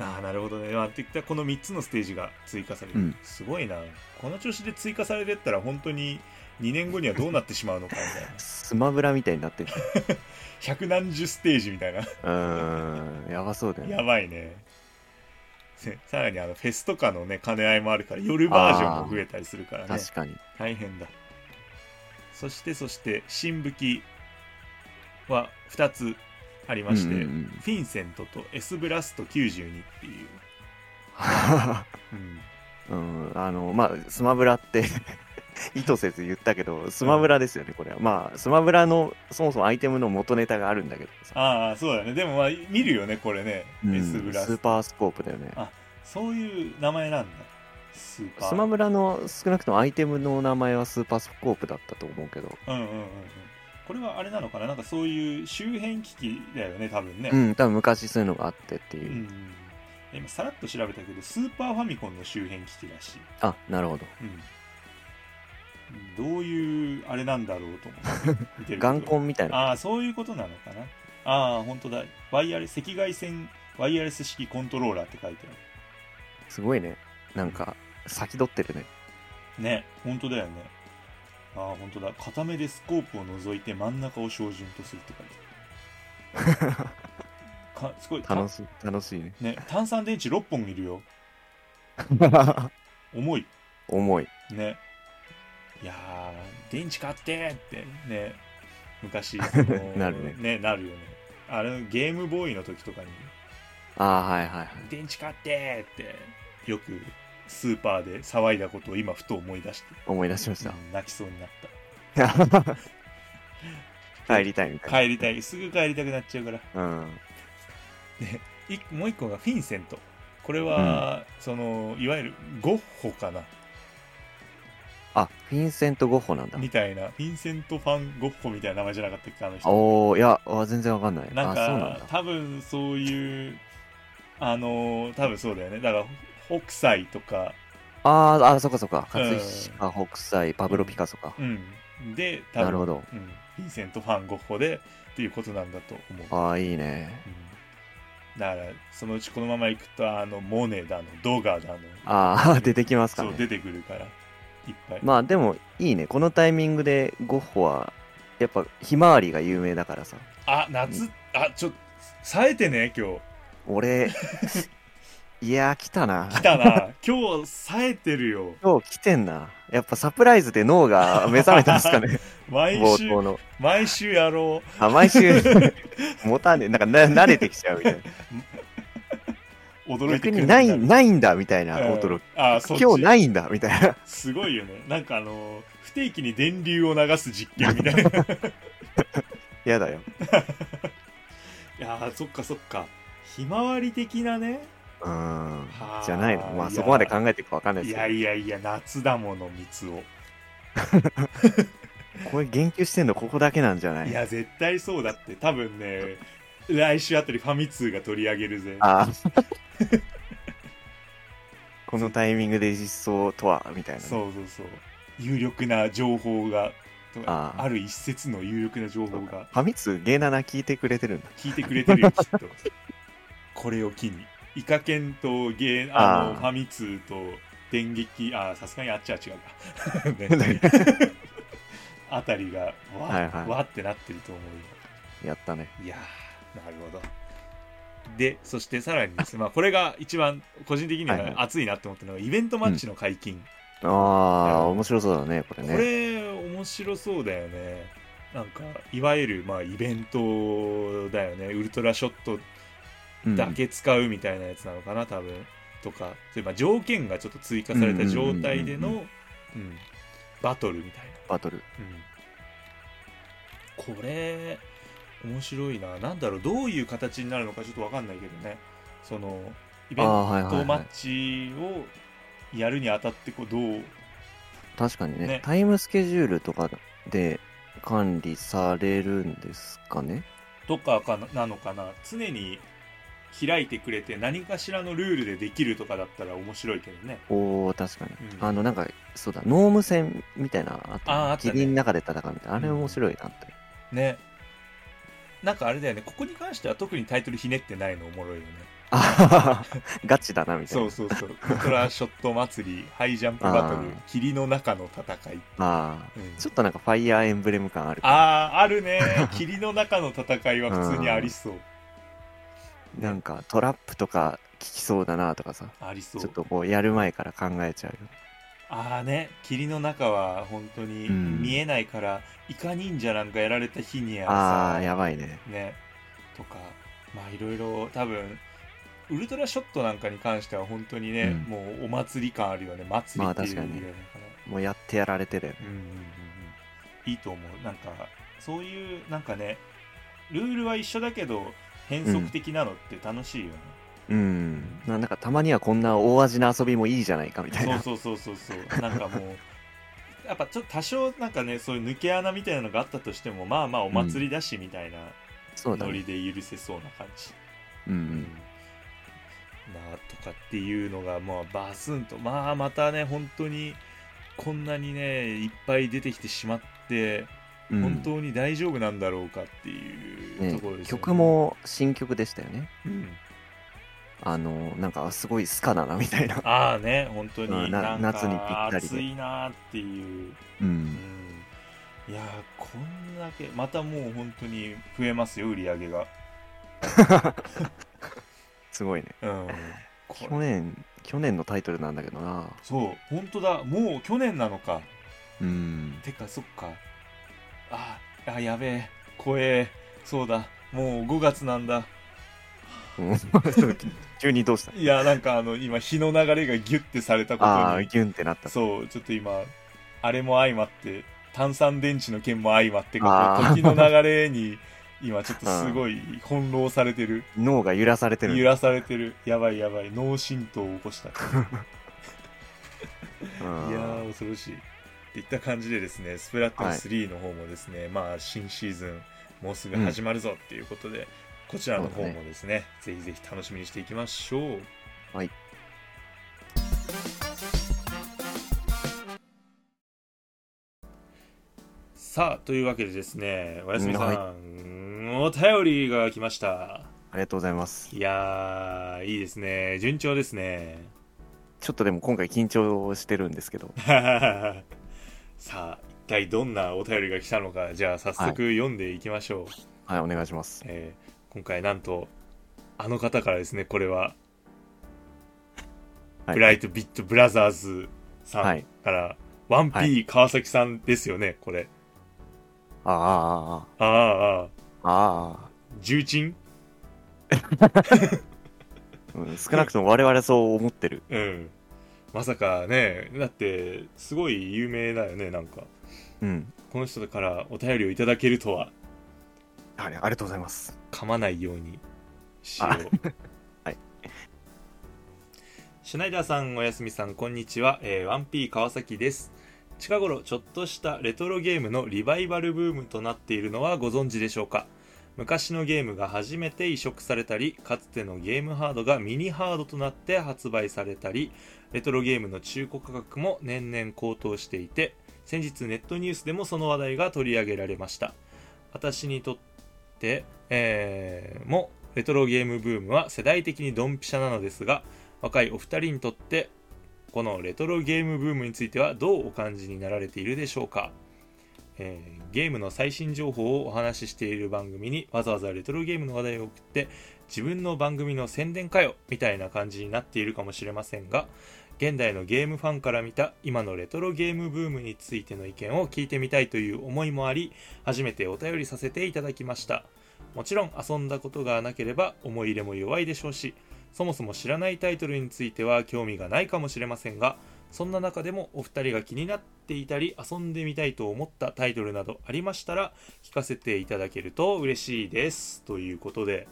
A: ああなるほどね、まあ、っていったこの3つのステージが追加される、
B: うん
A: すごいなこの調子で追加されてったら本当に2年後にはどうなってしまうのかみたいな
B: スマブラみたいになってる。
A: 百何十ステージみたいな
B: うーん。やばそうだよね。
A: やばいねせさらにあのフェスとかのね兼ね合いもあるから夜バージョンも増えたりするからね
B: 確かに。
A: 大変だそしてそして新武器は2つありまして、
B: うんうんうん
A: フィンセントと S ブラスト92っていう、うん
B: うん、あの、まあ、スマブラって 意図せず言ったけど、スマブラですよね、これは。まあ、スマブラの、そもそもアイテムの元ネタがあるんだけどさ。
A: ああそうだねでもまあ見るよねこれね、
B: うん
A: S ブラ
B: スー
A: ス
B: パースコープだよね
A: あ。そういう名前なんだスーパー
B: スマブラの少なくともアイテムの名前はスーパースコープだったと思うけど、
A: うんうんうんうんこれはあれなのかななんかそういう周辺機器だよね多分ね
B: う、ん、多分昔そういうのがあってって
A: う
B: いう。
A: ん今さらっと調べたけどスーパーファミコンの周辺機器らしい、
B: あ、なるほど。
A: うん、どういうあれなんだろうと思って見てるけど
B: 眼根みたいな。
A: ああそういうことなのかなああ本当だワイヤレス赤外線ワイヤレス式コントローラーって書いてある
B: すごいね。なんか、先取ってるね。
A: ね本当だよねああ本当だ片目でスコープを覗いて真ん中を照準とするって書いて あるかすごいた
B: 楽しい、楽しいね。
A: ね炭酸電池6本いる よ重い
B: 重い。
A: ねいやー電池買ってってね 昔その
B: なるね
A: なるよねあれゲームボーイの時とかに
B: ああ、はいはいはい。
A: 電池買ってってよくスーパーで騒いだことを今ふと思い出して、
B: 思い出しまし
A: うん泣きそうになった
B: た。 帰りたいみたいな。
A: 帰りたいすぐ帰りたくなっちゃうから
B: うん。
A: いもう一個がフィンセントこれは、そのいわゆるゴッホかな
B: あ、フィンセント・ゴッホなんだ。
A: みたいなフィンセントファンゴッホみたいな名前じゃなかったっけあの人
B: おー、いや、あ全然わかんない。
A: なん
B: あ、
A: か
B: そうなんだ。
A: 多分そういうあのー多分そうだよねだから北斎とか
B: あーあ、そっかそっか。
A: うん
B: 葛飾北斎、パブロ・ピカソか。
A: うんで多分
B: なるほど。
A: うん、フィンセントファンゴッホでっていうことなんだと思う、
B: ああ、いいね。
A: うんだからそのうちこのままいくとあのモネだのドガだの
B: ああ、出てきますか
A: そう出
B: ね。
A: てくるからいっぱい、
B: まあでも、いいね。このタイミングでゴッホは、やっぱ、ひまわりが有名だからさ。
A: あ夏あちょっと冴えてね今日
B: 俺、いやー、来たな。
A: 来た な今日冴えてるよ
B: 今日来てんな。やっぱサプライズで脳が目覚めたんです かね。
A: 毎
B: 冒
A: 週
B: 頭の。
A: 毎週やろ
B: あ、毎 週、持たねえ。なんかな、慣れてきちゃうみたいな。
A: う驚い
B: 逆
A: てくる
B: にない、
A: い
B: ないんだみたいな驚き。
A: あそっち
B: 今日ないんだみたいな。
A: すごいよねなんかあの不定期に電流を流す実験み たいない
B: やだよ。
A: やーそっかそっかひまわり的なね
B: うーん
A: は。ー
B: じゃないの。まあ
A: いや
B: そこまで考えていくかわかんないで
A: い
B: す
A: や
B: け
A: いやいや夏だもの三つを
B: ど。これ言及してんのここだけなんじゃないい
A: や絶対そうだって多分ね来週あたりファミ通が取り上げるぜ
B: あーこのタイミングで実装とはみたいなね。
A: そうそうそう有力な情報がとか
B: あー
A: ある一節の有力な情報が
B: ファミツゲーナナ聞いてくれてるんだ。
A: 聞いてくれてる よきっとこれを機にイカケンとゲーあの
B: あー
A: ファミ通と電撃あーさすがにあっちは違うか、 ね あたりがわ,、
B: はいはい
A: わってなってると思う
B: やったね。
A: よいやーなるほどでそしてさらにですね、まあ、これが一番個人的に
B: はいはい
A: は熱いなって思ったのがイベントマッチの解禁、
B: ああ、面白そうだね、これ
A: こ
B: ね。
A: れ面白そうだよねなんかいわゆるまあイベントだよねウルトラショット
B: うん
A: だけ使うみたいなやつなのかな多分とかそういえば条件がちょっと追加された状態での、
B: う
A: うん
B: うん
A: バトルみたい
B: バトル。
A: な、これ面白いななんだろうどういう形になるのかちょっと分かんないけどねそのイベン
B: ああー、はいは
A: ト
B: い、
A: マ
B: は
A: ッ
B: い。
A: チをやるにあたってこうどう
B: 確かにね
A: ね
B: タイムスケジュールとかで管理されるんですかね。
A: とかかななのかな常に開いてくれて何かしらのルールでできるとかだったら面白いけどね
B: おお確かに、
A: うん
B: あの、なんか、そうだ、ノーム戦みたいな、あと、
A: あーあったね
B: 霧の中で戦うみたいな、あれ面白いなって。
A: ねなんかあれだよねここに関しては特にタイトルひねってないのおもろいよね
B: あはは ガチだな、みたい
A: そ
B: な。
A: うそうそうウルトラショット祭りハイジャンプバトル
B: あ
A: 霧の中の戦い、
B: ああ、
A: うん
B: ちょっとなんか、ファイヤーエンブレム感ある。
A: あーあるね霧の中の戦いは普通にありそう
B: なんか、トラップとか効きそうだなとかさ、
A: ありそ
B: ちょっ
A: う
B: とこう、やる前から考えちゃうよ。
A: ああね霧の中は本当に
B: うん
A: 見えないから、イカ忍者なんかやられた日には
B: あ
A: さ
B: あ、やばいね。
A: ねとかまあいろいろ多分ウルトラショットなんかに関しては本当にね、
B: うん
A: もうお祭り感あるよね祭りっていうぐ
B: ま
A: ら
B: あ
A: いだ
B: 確
A: か、
B: からもうやってやられてだよね。
A: うんうんうんうんいいと思うなんかそういうなんかねルールは一緒だけど変則的なのって楽しいよね、
B: うん。まあなんか、たまにはこんな大味な遊びもいいじゃないか、みたいな。
A: そうそうそうそうそうなんかもうやっぱちょっと多少なんかねそういう抜け穴みたいなのがあったとしてもまあまあお祭りだしみたいな
B: そうだ
A: ノ
B: ね。
A: リで許せそうな感じ、
B: うんう
A: うん
B: ん。
A: なあとかっていうのがまあバスンとまあまたね本当にこんなにねいっぱい出てきてしまって
B: うん
A: 本当に大丈夫なんだろうかっていうところですよね
B: ね、曲、も新曲でしたよね。
A: うん
B: あの、なんか、すごいスカだな、みたいな。
A: ああね本当
B: う
A: に
B: んな
A: なんか
B: 夏にぴったりで
A: 暑いなあっていう、う
B: う
A: ん
B: ん。
A: いやあこんだけまたもう本当に増えますよ売り上げが、
B: すごいね。
A: うん、こ
B: 去
A: れ
B: 年、去年のタイトルなんだけどな。
A: そう本当だもう去年なのか
B: うん。
A: てかそっかああやべえ怖えそうだもう5月なんだ
B: 急 にどうした
A: いやなんかあの今日の流れがギュッてされたこ
B: あ
A: と
B: あ、
A: に
B: ギュンってなった。
A: そうちょっと今あれも相まって炭酸電池の件も相まってこ
B: あ
A: う
B: ー
A: 時の流れに今ちょっとすごい翻弄されてる
B: 脳が揺らされて
A: 揺
B: る。
A: らされてるやばいやばい脳震盪を起こした
B: うん
A: いやー、恐ろしい。っていった感じでですね、スプラトゥーン3の方もですね、まあ、新シーズン、もうすぐ始まるぞっていうことで、こちらの方もですねぜひぜひ楽しみにしていきましょう。
B: はい。
A: さあ、というわけでですね、おやすみさん、
B: はい
A: お便りが来ました。
B: ありがとうございます。
A: いやー、いいですね。順調ですね。
B: ちょっとでも今回緊張してるんですけど。
A: さあ一体どんなお便りが来たのかじゃあ早速読んでいきましょう、
B: はい、お願いします。
A: えー今回なんとあの方からですねこれは、
B: はい
A: ブライトビットブラザーズさ
B: は
A: ん
B: い。
A: から、ワンピ
B: は
A: ー川崎さんですよねこれ
B: ああ、
A: ああああ
B: ああ、ああ。
A: 重鎮
B: うん、少なくとも我々そう思ってる。
A: うんまさかねだってすごい有名だよねなんか
B: うん。
A: この人からお便りをいただけるとは
B: はい、ありがとうございます。
A: 噛まないようにしよ
B: あ
A: う
B: はい
A: シュナイダーさんおやすみさんこんにちは、えー、1P 川崎です近頃ちょっとしたレトロゲームのリバイバルブームとなっているのはご存知でしょうか昔のゲームが初めて移植されたりかつてのゲームハードがミニハードとなって発売されたりレトロゲームの中古価格も年々高騰していて先日ネットニュースでもその話題が取り上げられました私にとって、えーもレトロゲームブームは世代的にドンピシャなのですが若いお二人にとってこのレトロゲームブームについてはどうお感じになられているでしょうか、えーゲームの最新情報をお話ししている番組にわざわざレトロゲームの話題を送って自分の番組の宣伝かよみたいな感じになっているかもしれませんが現代のゲームファンから見た今のレトロゲームブームについての意見を聞いてみたいという思いもあり初めてお便りさせていただきましたもちろん遊んだことがなければ思い入れも弱いでしょうしそもそも知らないタイトルについては興味がないかもしれませんがそんな中でもお二人が気になっていたり遊んでみたいと思ったタイトルなどありましたら聞かせていただけると嬉しいですということで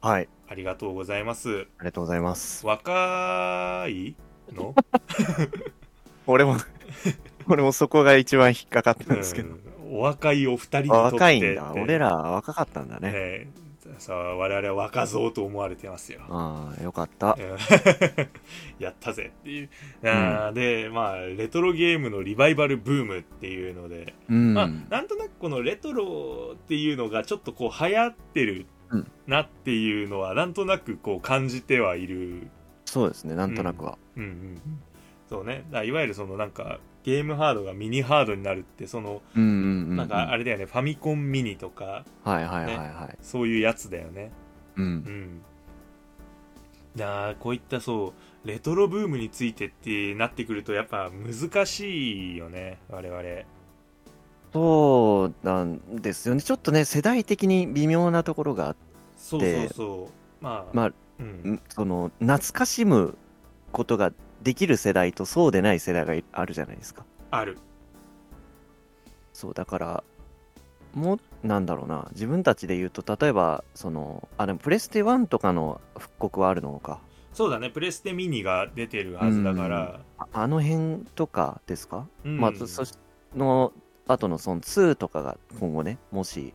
B: はい。
A: ありがとうございます
B: ありがとうございます。
A: 若いの
B: 俺も、 俺もそこが一番引っかかったんですけど。
A: うんお若いお二人に
B: あ
A: とって
B: 若いんだ。
A: って
B: 俺ら若かったんだね。
A: ええさあ我々は若造と思われてますよ。
B: ああ、よかった。
A: うん やったぜっていう、あーでまあレトロゲームのリバイバルブームっていうので、
B: うん。
A: まあ、なんとなくこのレトロっていうのがちょっとこう流行ってる
B: うん
A: なっていうのはなんとなくこう感じてはいる、
B: そうですね、なんとなくは。
A: うんうん、そうねだからいわゆるそのなんかゲームハードがミニハードになるってその
B: うんうんうん。
A: なんかあれだよね、ファミコンミニとか
B: はいはいはいはい。
A: そういうやつだよね
B: う。
A: うんん、だあこういったそうレトロブームについてってなってくるとやっぱ難しいよね我々
B: そうなんですよね。ちょっとね、世代的に微妙なところがあっ
A: そうそう
B: で
A: そうまあ
B: まあ
A: うん、
B: その、懐かしむことができる世代とそうでない世代がいあるじゃないですか。
A: ある
B: そう、だから、もう、なんだろうな、自分たちで言うと、例えば、その、あ、でもプレステ1とかの復刻はあるのか。
A: そうだねプレステミニが出てるはずだから、
B: ああの辺とかですか
A: うん
B: まあ、そそしの後のその2とかが今後ね、もし、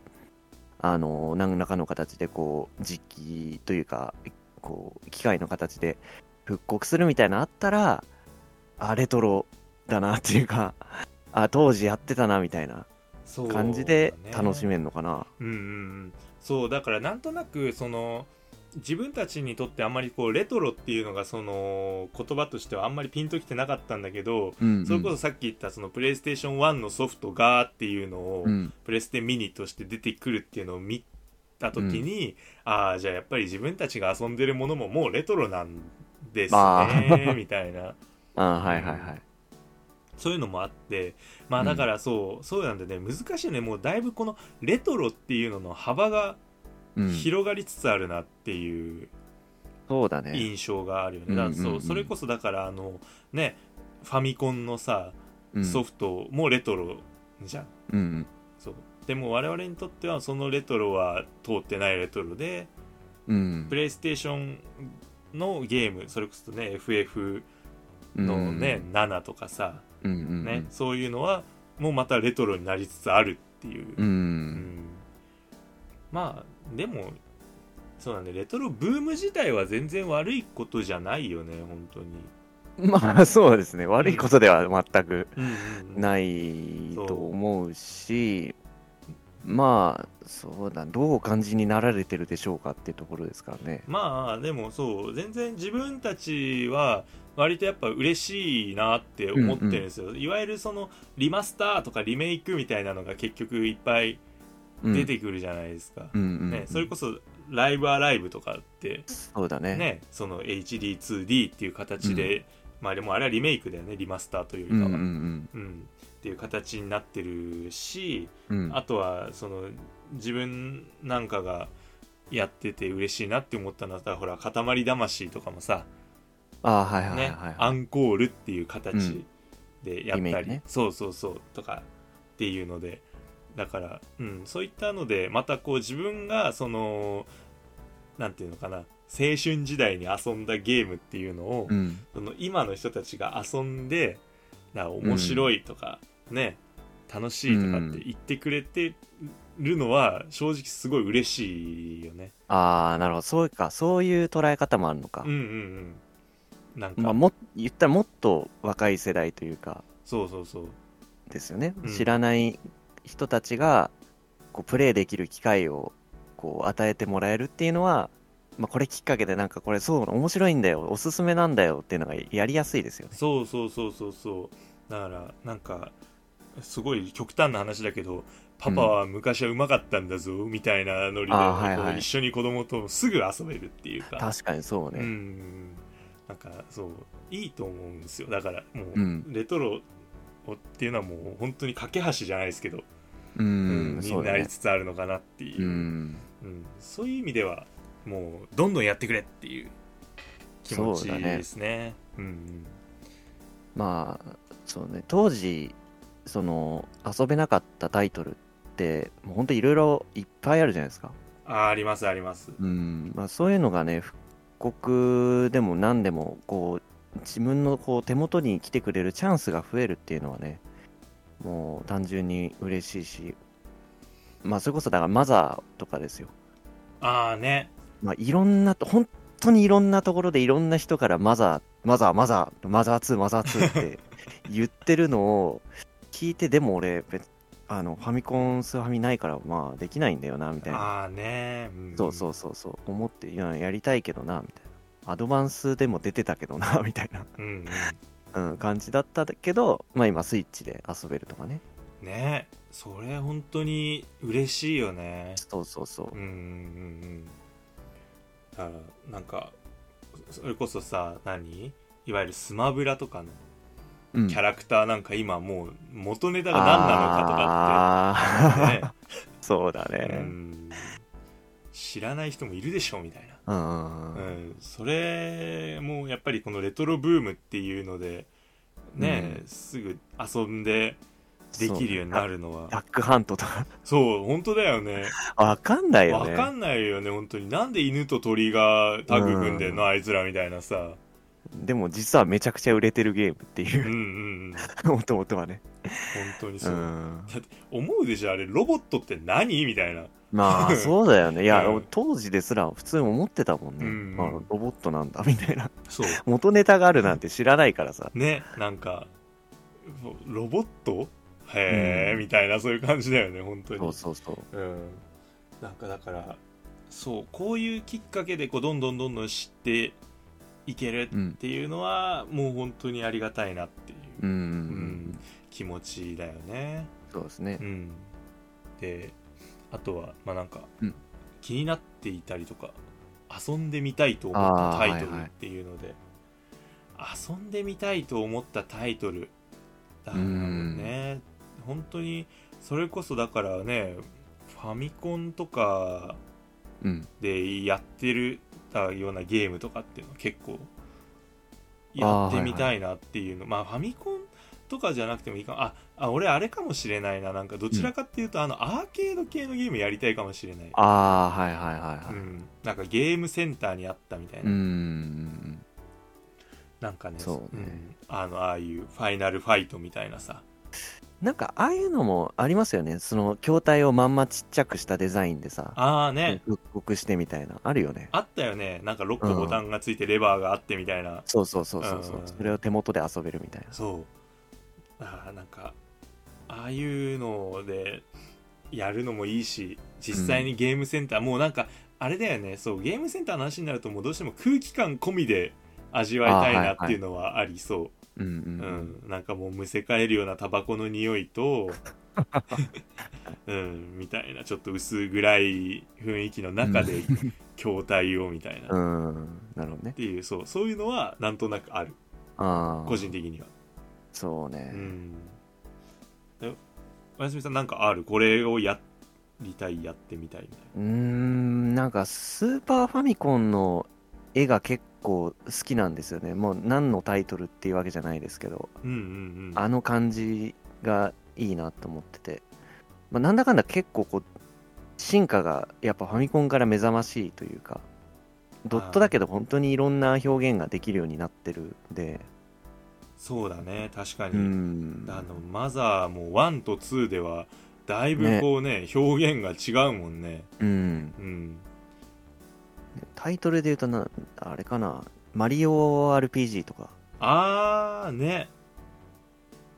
B: あの、何らかの形でこう、実機というか、こう、機械の形で復刻するみたいなのあったら、あ、レトロだなっていうか、あ、当時やってたなみたいな
A: そう
B: 感じで楽し
A: め
B: めるのかな。
A: うんうんうんそうだからなんとなくその自分たちにとってあんまりこうレトロっていうのがその言葉としてはあんまりピンときてなかったんだけど、
B: うんうん
A: それこそさっき言ったそのプレイステーション1のソフトがっていうのを
B: うん
A: プレステミニとして出てくるっていうのを見た時に、ああじゃあやっぱり自分たちが遊んでるものももうレトロなんです
B: ま
A: ねみたいな
B: あはいはいはい。
A: そういうのもあってまあだからそう、そうなんでね難しいねもうだいぶこのレトロっていうのの幅が
B: うん、
A: 広がりつつあるなっていう。
B: そうだね。
A: 印象があるよね、
B: うん
A: だからそう
B: うんうん
A: それこそだからあのねファミコンのさ
B: うん
A: ソフトもレトロじゃん、
B: うん
A: そうでも我々にとってはそのレトロは通ってないレトロで
B: うん
A: プレイステーションのゲームそれこそね FF のね、、7とかさ、
B: うんうんうん、
A: ねそういうのはもうまたレトロになりつつあるっていう、
B: うん、う、
A: うんんまあでもそうなんでレトロブーム自体は全然悪いことじゃないよね本当に
B: まあそうですね悪いことでは全く
A: うんうんうん
B: ないと思うしまあそうだどうお感じになられてるでしょうかっていうところですからね
A: まあでもそう全然自分たちは割とやっぱ嬉しいなって思ってるんですよ、いわゆるそのリマスターとかリメイクみたいなのが結局いっぱい出てくるじゃないですか、
B: うんうんうん
A: ね、それこそ「ライブ・アライブ」とかって
B: そうだね
A: ねその HD2D っていう形で、まあでもあれはリメイクだよねリマスターというよ
B: う
A: り
B: ん
A: か
B: う
A: は、
B: んうん
A: うんっていう形になってるし、
B: うん
A: あとはその自分なんかがやってて嬉しいなって思ったのはさほら「塊魂」とかもさ、
B: あはいはいはい
A: ね
B: はい、
A: アンコールっていう形でやっ
B: リメ
A: た
B: イ
A: り、
B: クね
A: そうそうそうとかっていうのでだから、うん、そういったのでまたこう自分がそのなんていうのかな青春時代に遊んだゲームっていうのを、
B: うん
A: その今の人たちが遊んでなんか面白いとか、ね楽しいとかって言ってくれてるのは正直すごい嬉しいよね。
B: ああなるほどそうかそういう捉え方もあるのか
A: うん、うんうん。なんか、
B: まあ、も言ったらもっと若い世代というか
A: そうそうそう。
B: ですよね、
A: うん
B: 知らない人たちがこうプレイできる機会をこう与えてもらえるっていうのは、まあ、これきっかけでなんかこれそう面白いんだよおすすめなんだよっていうのがやりやすいですよね
A: そうそうそうそうそう。だからなんかすごい極端な話だけどパパは昔はうまかったんだぞ、みたいなノリで、
B: あーはい
A: こう
B: はい
A: 一緒に子供とすぐ遊べるっていうか
B: 確かにそう
A: う
B: ね、
A: んなんかそういいと思うんですよだからもう、
B: うん
A: レトロをっていうのはもう本当に架け橋じゃないですけど、
B: うう
A: うん
B: ん、
A: に
C: そうだね
A: なりつつあるのかなっていうう、
B: ん、
A: うんそういう意味ではもうどんどんやってくれっていう気持ちですね。うんうん
C: ま
B: まあそうね当時その遊べなかったタイトルってもうほんといろいろいっぱいあるじゃないですか、
A: あありますあります。
B: うんまあ、そういうのがね復刻でも何でもこう自分のこう手元に来てくれるチャンスが増えるっていうのはねもう単純に嬉しいしまあそれこそだからマザーとかですよ、
A: ああね。
B: まあ、いろんなと本当にいろんなところでいろんな人からマザーマザーマザーマザー2マザー2って 言ってるのを聞いてでも俺別あのファミコンスーファミないからまあできないんだよなみたいな
A: ああね。ん
B: そうそうそうそう思っていややりたいけどなみたいなアドバンスでも出てたけどな みたいな、
A: うんうん、
B: うん、感じだったけどまあ今スイッチで遊べるとかね
A: ねそれ本当に嬉しいよね。
B: そうそうそう
A: うんうんうんだからなんかそれこそさ何いわゆるスマブラとかの
B: うん、
A: キャラクターなんか今もう元ネタが何なのかとか
B: あ
A: って、ね
B: ー そうだね、う
A: うんん知らない人もいるでしょみたいな、
B: うん
A: う
B: うん
A: ん、それもやっぱりこのレトロブームっていうのでね、
B: うん
A: すぐ遊んでできるようになるの
B: ダ
A: は
B: ックハントとか
A: そう本当だよね
B: わかんないよ
A: わ
B: ね
A: かんないよね本当になんで犬と鳥がタッグ組んでんの、あいつらみたいなさ
B: でも実はめちゃくちゃ売れてるゲームって
A: うん
B: いうう
A: んうん本
B: もともとはね
A: 当に
B: う
A: そう、
B: ん
A: 思うでしょあれロボットって何みたいな
B: まあそうだよねいや、
A: うん
B: 当時ですら普通に思ってたもんね、
A: うん
B: まあ、ロボットなんだみたいな
A: そう
B: 元ネタがあるなんて知らないからさ
A: ねなんかロボットへえ、
B: うん
A: みたいなそういう感じだよね本当に
B: そうそうそう
A: うん、なんかだからそうこういうきっかけでこうどんどんどんどん知っていける
B: うん
A: っていうのは、もう本当にありがたいなっていうう、うんん、気持ちだよね
B: そうですね
A: う。ん、であとはまあなんか、
B: うん
A: 気になっていたりとか遊んでみたいと思ったタイト
B: あーはい
A: ル
B: は
A: っ
B: い
A: ていうので、遊んでみたいと思ったタイトルだからね本当にそれこそだからねファミコンとか
B: うん。
A: でやってるたようなゲームとかっていうのは結構やってみたいなっていうのまあファミコンとかじゃなくてもいいかもああ俺あれかもしれないななんかどちらかっていうと、あのアーケード系のゲームやりたいかもしれない、
B: ああ、はいはいは
A: う
B: いはい。
A: ん、なんかゲームセンターにあったみたいな、
B: うーん。
A: なんかね
B: そうね
A: んあのああいうファイナルファイトみたいなさ
B: なんか、ああいうのもありますよね。その、筐体をまんまちっちゃくしたデザインでさ、
A: ああね、
B: 復刻してみたいな。あるよね。
A: あったよねなんか6個ボタンがついてレバーがあってみたいな、。
B: そうそうそうそうそううんそれを手元で遊べるみたいな。
A: そうあーなんかああいうのでやるのもいいし実際にゲームセンター、もうなんかあれだよねそうゲームセンターの話になるともうどうしても空気感込みで味わいたいなっていうのはありそう、
B: うんう
A: うんん、なんかもうむせ返るようなタバコの匂い と、うん、みたいなちょっと薄暗い雰囲気の中で筐体をみたいな、っ
B: うん。うん。なるほどね。
A: ていうそうそういうのはなんとなくある
B: ああ。
A: 個人的には。
B: そうね
A: う。んえおやすみさんなんかあるこれをやりたいやってみたいみたいう
B: ーん。なんか、スーパーファミコンの絵が結構好きなんですよね。もう何のタイトルっていうわけじゃないですけど。
A: なうんうんうん
B: あの感じがいいなと思ってて、まあ、なんだかんだ結構こう進化がやっぱファミコンから目覚ましいというかドットだけど本当にいろんな表現ができるようになってるんで
A: そうだね確かに、
B: うん
A: あのマザーも1と2ではだいぶこうね表現が違うもんね
B: うん
A: うん
B: タイトルで言うとなあれかなマリオ RPG とか
A: あーね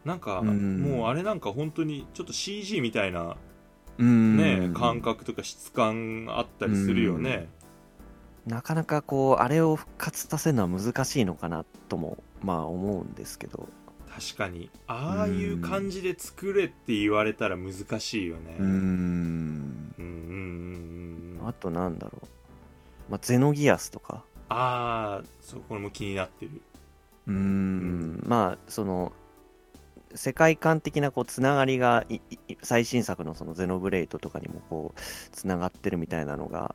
A: なんか、
B: うん
A: もうあれなんか本当にちょっと CG みたいな
B: うん
A: ね、感覚とか質感あったりするよね、
B: なかなかこうあれを復活させるのは難しいのかなともまあ思うんですけど
A: 確かにああいう感じで作れって言われたら難しいよね、
B: ん
A: うんうんうんうん
B: あとなんだろう、まあ、ゼノギアスとか
A: ああそうこれも気になってる
B: うーんまあその世界観的なこうつながりがいいい最新作のそのゼノブレイドとかにもこうつながってるみたいなのが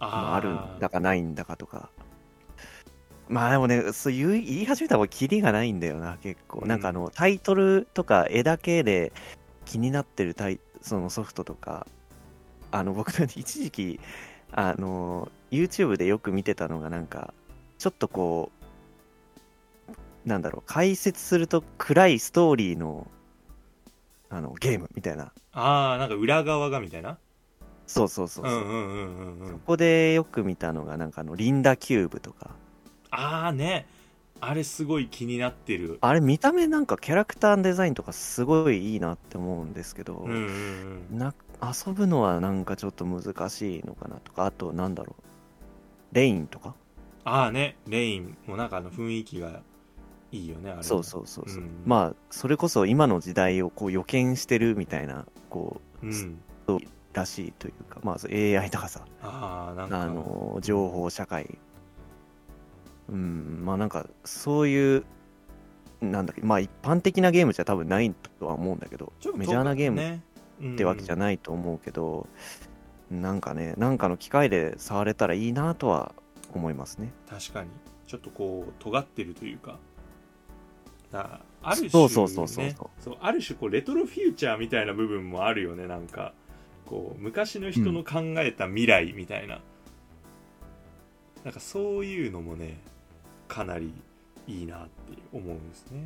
B: まああるんだかないんだかとか。まあでもね、そう言い言い始めたらキリがないんだよな、結構。なんかあの、タイトルとか絵だけで気になってるタイそのソフトとか、あの、僕なんて 一時期、あの、YouTube でよく見てたのがなんか、ちょっとこう、なんだろう、解説すると暗いストーリーの、あの、ゲームみたいな。
A: あーなんか裏側がみたいな
B: そうそうそう
A: う
B: そう。
A: んうんうんうんう
B: そ
A: ん
B: こでよく見たのが、なんかあの、リンダキューブとか。
A: ああねあれすごい気になってる
B: あれ見た目なんかキャラクターデザインとかすごいいいなって思うんですけど、
A: うんうんうん
B: な遊ぶのはなんかちょっと難しいのかなとかあとなんだろうレインとか
A: ああねレインもなんかあの雰囲気がいいよねあれ
B: そうそうそうそう、
A: うん
B: まあそれこそ今の時代をこう予見してるみたいなこ
A: う、ん、
B: うらしいというかまあそう AI とかさ
A: ああなんか
B: あの情報社会うんまあなんかそういうなんだっけまあ一般的なゲームじゃ多分ないとは思うんだけど
A: ちょっと
B: メジャーなゲーム
A: ね
B: ってわけじゃ
A: ない、
B: ないと思うけど、なんかねなんかの機会で触れたらいいなとは思いますね
A: うん確かにちょっとこう尖ってるというかなある種、ね、
B: そうそうそうそうそう
A: そうある種こうレトロフューチャーみたいな部分もあるよねなんかこう昔の人の考えた未来みたいな、なんかそういうのもねかなりいいなって思うんですね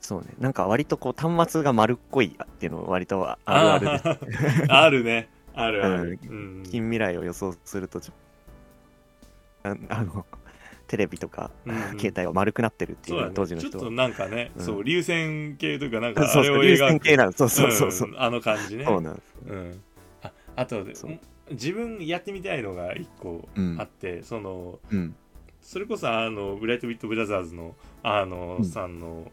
B: そうねなんか割とこう端末が丸っこいっていうの割とはあるあるです
A: あー あるねあるある、うん
B: 近未来を予想するとちょ ああのテレビとか、
A: うんうん
B: 携帯が丸くなってるってい
A: そう
B: うの
A: だ
B: は
A: ね、
B: 当時の
A: ちょ
B: 人
A: っ
B: は
A: となんかね、
B: うん
A: そう流線系というかなんか
B: そ
A: あ
B: う
A: れ
B: そう
A: を
B: 流
A: 描
B: 線
A: く
B: 系なのそうそうそうそう、
A: んあの感じね
B: そうなんです
A: うん、ああと
B: そうん
A: 自分やってみたいのが一個
B: うん
A: あって、その
B: うん
A: それこそあのブライト・ビット・ブラザーズのあの、
B: うん
A: さんの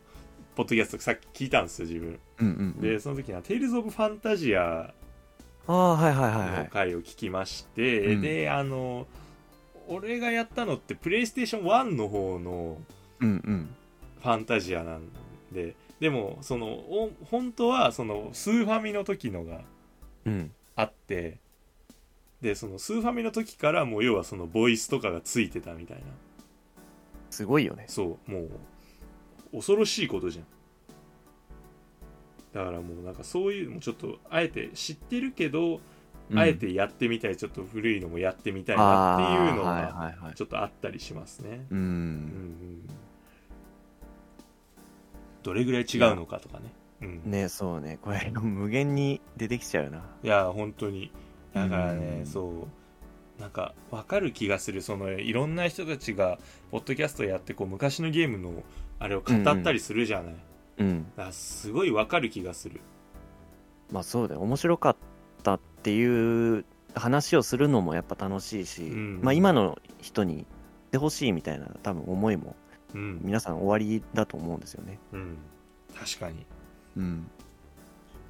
A: ポッドキャストさっき聞いたんですよ自分、
B: うんうんう
A: で
B: ん
A: その時には「テイルズ・オブ・ファンタジア
B: ああはいはい」はいは
A: の
B: い
A: 回を聞きまして、
B: うん
A: であの俺がやったのってプレイステーション1の方の
B: うんうん
A: ファンタジアなんででもそのお本当はそのスーファミの時のが
B: うん
A: あってでそのスーファミの時からもう要はそのボイスとかがついてたみたいな
B: すごいよね
A: そうもう恐ろしいことじゃんだからもうなんかそういうもうちょっとあえて知ってるけど、
B: うん
A: あえてやってみたいちょっと古いのもやってみたいなっていうの
B: あー
A: が
B: はいはいはい
A: ちょっとあったりしますね、
B: う
A: うんうん
B: ん
A: どれぐらい違うのかとかね、うん、
B: ねそうねこれ 無限に出てきちゃうない
A: や本当にだからね、
B: うん
A: そうなんかわかる気がするそのいろんな人たちがポッドキャストやってこう昔のゲームのあれを語ったりするじゃない、だ
B: うん
A: からすごいわかる気がする
B: まあそうだよ面白かったっていう話をするのもやっぱ楽しいし、
A: うん
B: まあ今の人にでほしいみたいな多分思いも
A: うん、
B: 皆さん終わりだと思うんですよね
A: うん、確かに
B: うん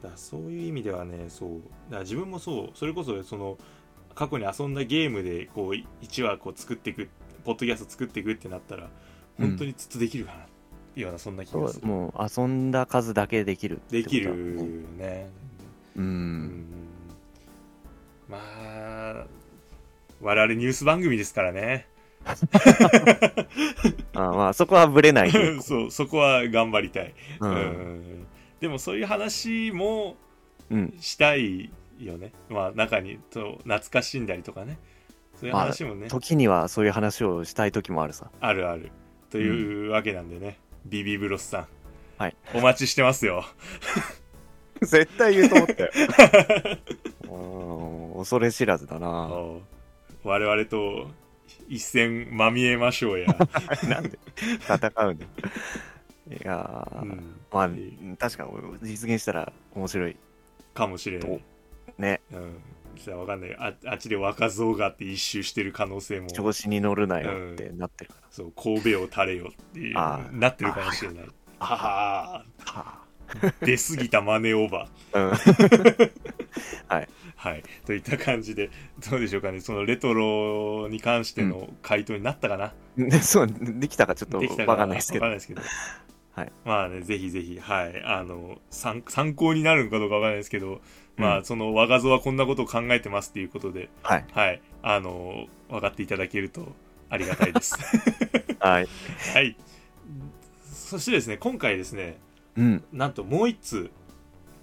A: だからそういう意味ではねそうだから自分もそうそれこそその過去に遊んだゲームでこう1話こう作っていくポッドキャスト作っていくってなったら本当にずっとできるかな、ようなそんな気
B: そ
A: が
B: う
A: する
B: もう遊んだ数だけできるって
A: で
B: こと
A: き
B: だ
A: る
B: もんね
A: ね
B: う
A: うんんまあ我々ニュース番組ですからね
B: あまあそこはぶれないで、うん
A: そうそこは頑張りたい、
B: う
A: うん
B: ん
A: でもそういう話も
B: うん
A: したいよねまあ中にと懐かしんだりとかねそういう話もね、
B: 時にはそういう話をしたい時もあるさ
A: あ、るあるというわけなんでね、ビビブロスさん
B: はい
A: お待ちしてます よ
D: 絶対言うと思った よ。
B: うん恐れ知らず だな
A: おう我々と一戦まみえましょう や、
B: なんで戦うんだよいやー、
A: うん
B: まあ、確かに実現したら面白い
A: かもしれない
B: ね。
A: うん。さあわかんないあ。あっちで若造があって一周してる可能性も、
B: 調子に乗るなよってなってるから。
A: そう、神戸を垂れよっていう、
B: あー
A: なってるかもしれない。はは
B: は
A: ー出過ぎたマネオーバー。
B: あうん、
A: はい。といった感じで、どうでしょうかね。そのレトロに関しての回答になったかな。
B: でそうできたかちょっと
A: できた
B: わかんないですけど。
A: わかんないですけど。
E: はい
A: まあね、ぜひぜひ、はい、あの、参参考になるのかどうかわからないですけど、ま
E: う
A: あ、その、我が像はこんなことを考えてますっていうことで、
B: はい。
A: はい、あの、分かっていただけるとありがたいです。
B: はい。
A: はい。そしてですね、今回ですね、
E: うん、
A: なんともう一通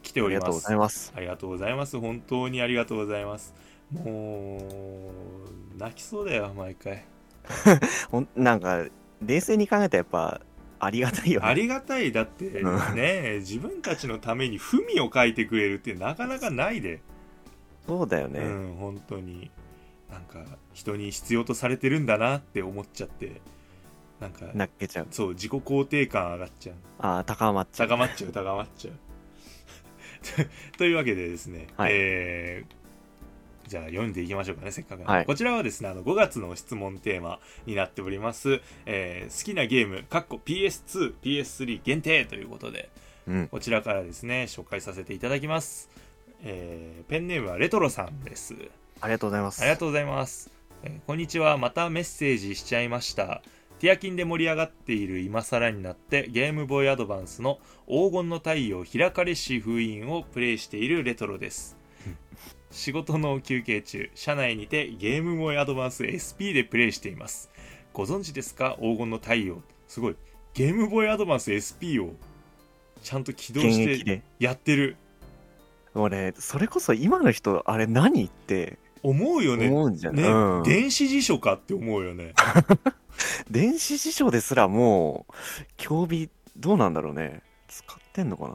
A: 来て
E: あ
A: お
E: り
A: り
E: がと
A: ま
E: うご
A: す
E: ざい。ます。
A: ありがとうございます。本当にありがとうございます。もう、泣きそうだよ、毎回。
E: ほんなんか、冷静に考えたらやっぱ、ありがたいよ
A: あ
E: ね。
A: りがたい。だって、
E: うん
A: ね、自分たちのために文を書いてくれるってなかなかないで。
E: そうだよね。
A: うん、本当に。なんか、人に必要とされてるんだなって思っちゃって。なんか、
E: 泣けちゃう。
A: そう、自己肯定感上がっちゃう。
E: ああ、高まっちゃう。
A: 高まっちゃう、高まっちゃう。 というわけでですね、
E: はい
A: えーじゃあ読んでいきましょうかね、せっかくなんで、
E: はい
A: こちらはですね、あの5月の質問テーマになっております、えー好きなゲーム、かっこ PS2、PS3 限定ということで、
E: うん
A: こちらからですね、紹介させていただきます。えーペンネームはレトロさんです。
E: ありがとうございます。
A: ありがとうございます、えーこんにちはまたメッセージしちゃいましたティアキンで盛り上がっている今更になってゲームボーイアドバンスの黄金の太陽開かれし封印をプレイしているレトロです仕事の休憩中車内にてゲームボーイアドバンス SP でプレイしていますご存知ですか黄金の太陽すごいゲームボーイアドバンス SP をちゃんと起動
E: 現
A: し
E: 役
A: て
E: で。
A: やってる
E: 俺、それこそ今の人、あれ何って
A: 思うよね
E: 思うんじゃない、
A: ね、
E: うん
A: 電子辞書かって思うよね
E: 電子辞書ですらもう、競技どうなんだろうね。使ってんのかなっ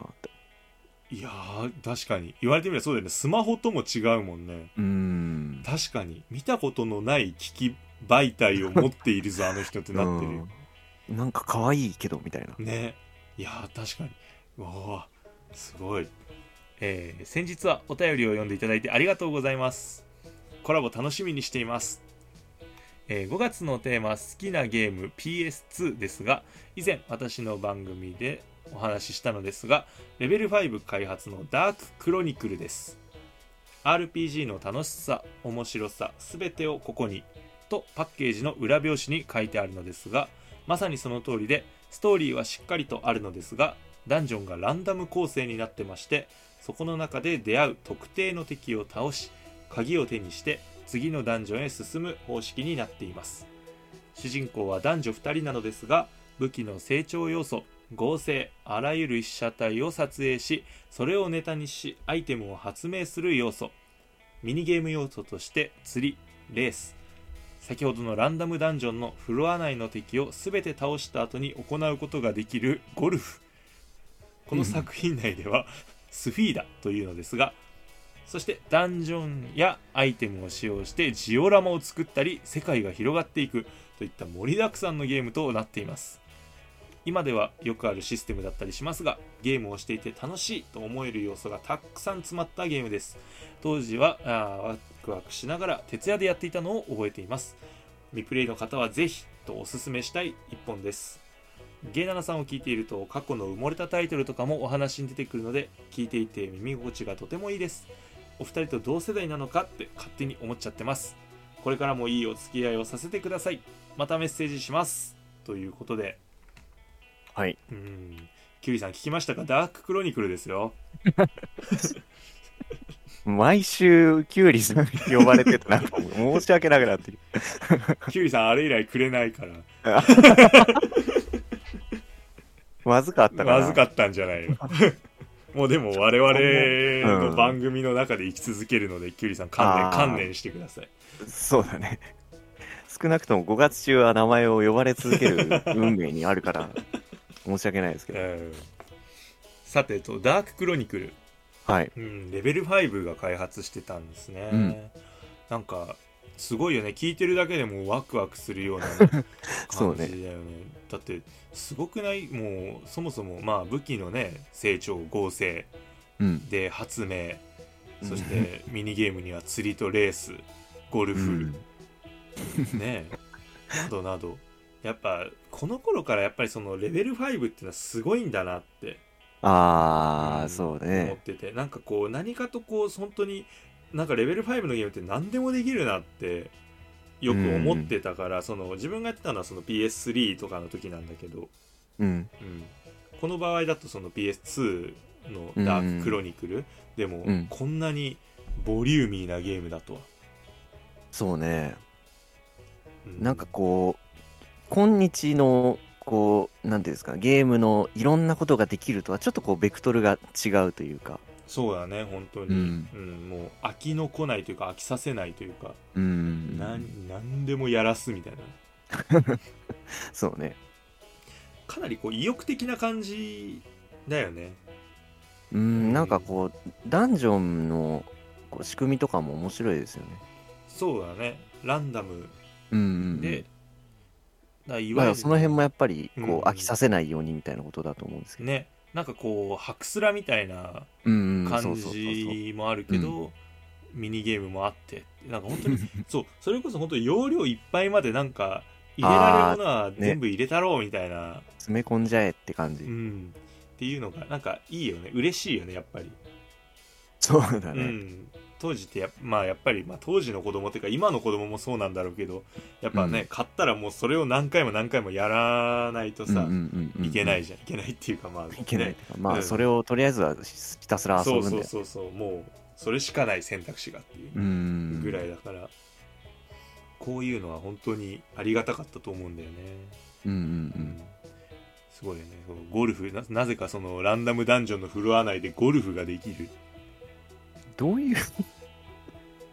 E: て。
A: いやー確かに言われてみればそうだよねスマホとも違うもんね
E: うーん。
A: 確かに見たことのない機器媒体を持っているぞあの人ってなってるよ、
E: うんなんか可愛いけどみたいな。
A: ねいやー確かにうわーすごいえー先日はお便りを読んでいただいてありがとうございますコラボ楽しみにしています、え5月のテーマ好きなゲーム PS2 ですが以前私の番組でお話ししたのですがレベル5開発のダーククロニクルです RPG の楽しさ面白さ全てをここにとパッケージの裏表紙に書いてあるのですがまさにその通りでストーリーはしっかりとあるのですがダンジョンがランダム構成になってましてそこの中で出会う特定の敵を倒し鍵を手にして次のダンジョンへ進む方式になっています主人公は男女2人なのですが武器の成長要素合成あらゆる被写体を撮影しそれをネタにしアイテムを発明する要素ミニゲーム要素として釣りレース先ほどのランダムダンジョンのフロア内の敵を全て倒した後に行うことができるゴルフこの作品内ではスフィーダというのですがそしてダンジョンやアイテムを使用してジオラマを作ったり世界が広がっていくといった盛りだくさんのゲームとなっています今ではよくあるシステムだったりしますがゲームをしていて楽しいと思える要素がたくさん詰まったゲームです当時はあーワクワクしながら徹夜でやっていたのを覚えています未プレイの方はぜひとおすすめしたい一本ですゲイナナさんを聞いていると過去の埋もれたタイトルとかもお話に出てくるので聞いていて耳心地がとてもいいですお二人と同世代なのかって勝手に思っちゃってますこれからもいいお付き合いをさせてくださいまたメッセージしますということで
E: はい。
A: うんキュウリさん聞きましたかダーククロニクルです よ
E: 毎週、キュウリさん呼ばれてて、なんかもう申し訳なくなってる。
A: キュウリさんあれ以来くれないから
E: まずかったから。
A: まずかったんじゃな いよもうでも我々の番組の中で生き続けるので、キュウリさん観念
E: あー
A: 観念してください
E: そうだね。少なくとも5月中は名前を呼ばれ続ける運命にあるから、申し訳ないですけ ど。
A: うんさてとダーククロニクル、
E: はい。
A: うん、レベル5が開発してたんですね、
E: うん
A: なんかすごいよね聞いてるだけでもうワクワクするような
E: そうね
A: 感じだよねだってすごくないもうそもそもまあ武器のね成長合成
E: うん。
A: で発明そしてミニゲームには釣りとレースゴル
E: う
A: フ、
E: ん。
A: ねえなどなどやっぱこの頃からやっぱりそのレベル5っていうのはすごいんだなって
E: あ
A: う
E: あ、
A: ん
E: そう
A: 思っ
E: ね。
A: てて、なんかこう何かとこう本当になんかレベル5のゲームって何でもできるなってよく思ってたから、その自分がやってたのはその PS3 とかの時なんだけど、
E: うん。
A: うん、この場合だとその PS2 のダーククロニクルでも
B: うん
A: こんなにボリューミーなゲームだとは、
B: そうね
A: う
B: なんかこう今日のこうなんていうんですかゲームのいろんなことができるとはちょっとこうベクトルが違うというか
A: そうだね本当に、う
B: うんん
A: もう飽きのこないというか飽きさせないというか、
B: うん
A: なん、何でもやらすみたいな
B: そうね
A: かなりこう意欲的な感じだよね
B: うんなんかこうダンジョンのこう仕組みとかも面白いですよね
A: そうだねランダム
B: うんうん
A: で、だからい
B: まあ、その辺もやっぱり
A: うんうん
B: こう飽きさせないようにみたいなことだと思うんですけど、
A: ねなんかこう白スラみたいな
B: うんうん、そ
A: 感
B: うそうそうそう
A: じもあるけど、ミニゲームもあってなんか本 当にそうそれこそ本当に容量いっぱいまでなんか入れられるものは全部入れたろうみたいな、
B: 詰め込んじゃえって感じ、
A: うんっていうのがなんかいいよね嬉しいよねやっぱり、
B: そうだ
A: う
B: ね、
A: ん、当時ってや,、まあ、やっぱり、まあ、当時の子供っていうか今の子供もそうなんだろうけどやっぱね、
B: うん
A: 買ったらもうそれを何回も何回もやらないと
B: うん
A: さ、
B: うんうんうん
A: いけないじゃんいけないっていうかまあ、
B: いけない
A: ね
B: とかまあ、
A: うん
B: それをとりあえずはひたすら遊
A: そう
B: ぶんだ
A: そう
B: よ
A: そうそうもうそれしかない選択肢がっていう
B: う、ん
A: ぐらいだから、こういうのは本当にありがたかったと思うんだよね、
B: うんうん
A: うんすごいよねこうゴルフななぜかそのランダムダンジョンのフロア内でゴルフができる
B: うんどういう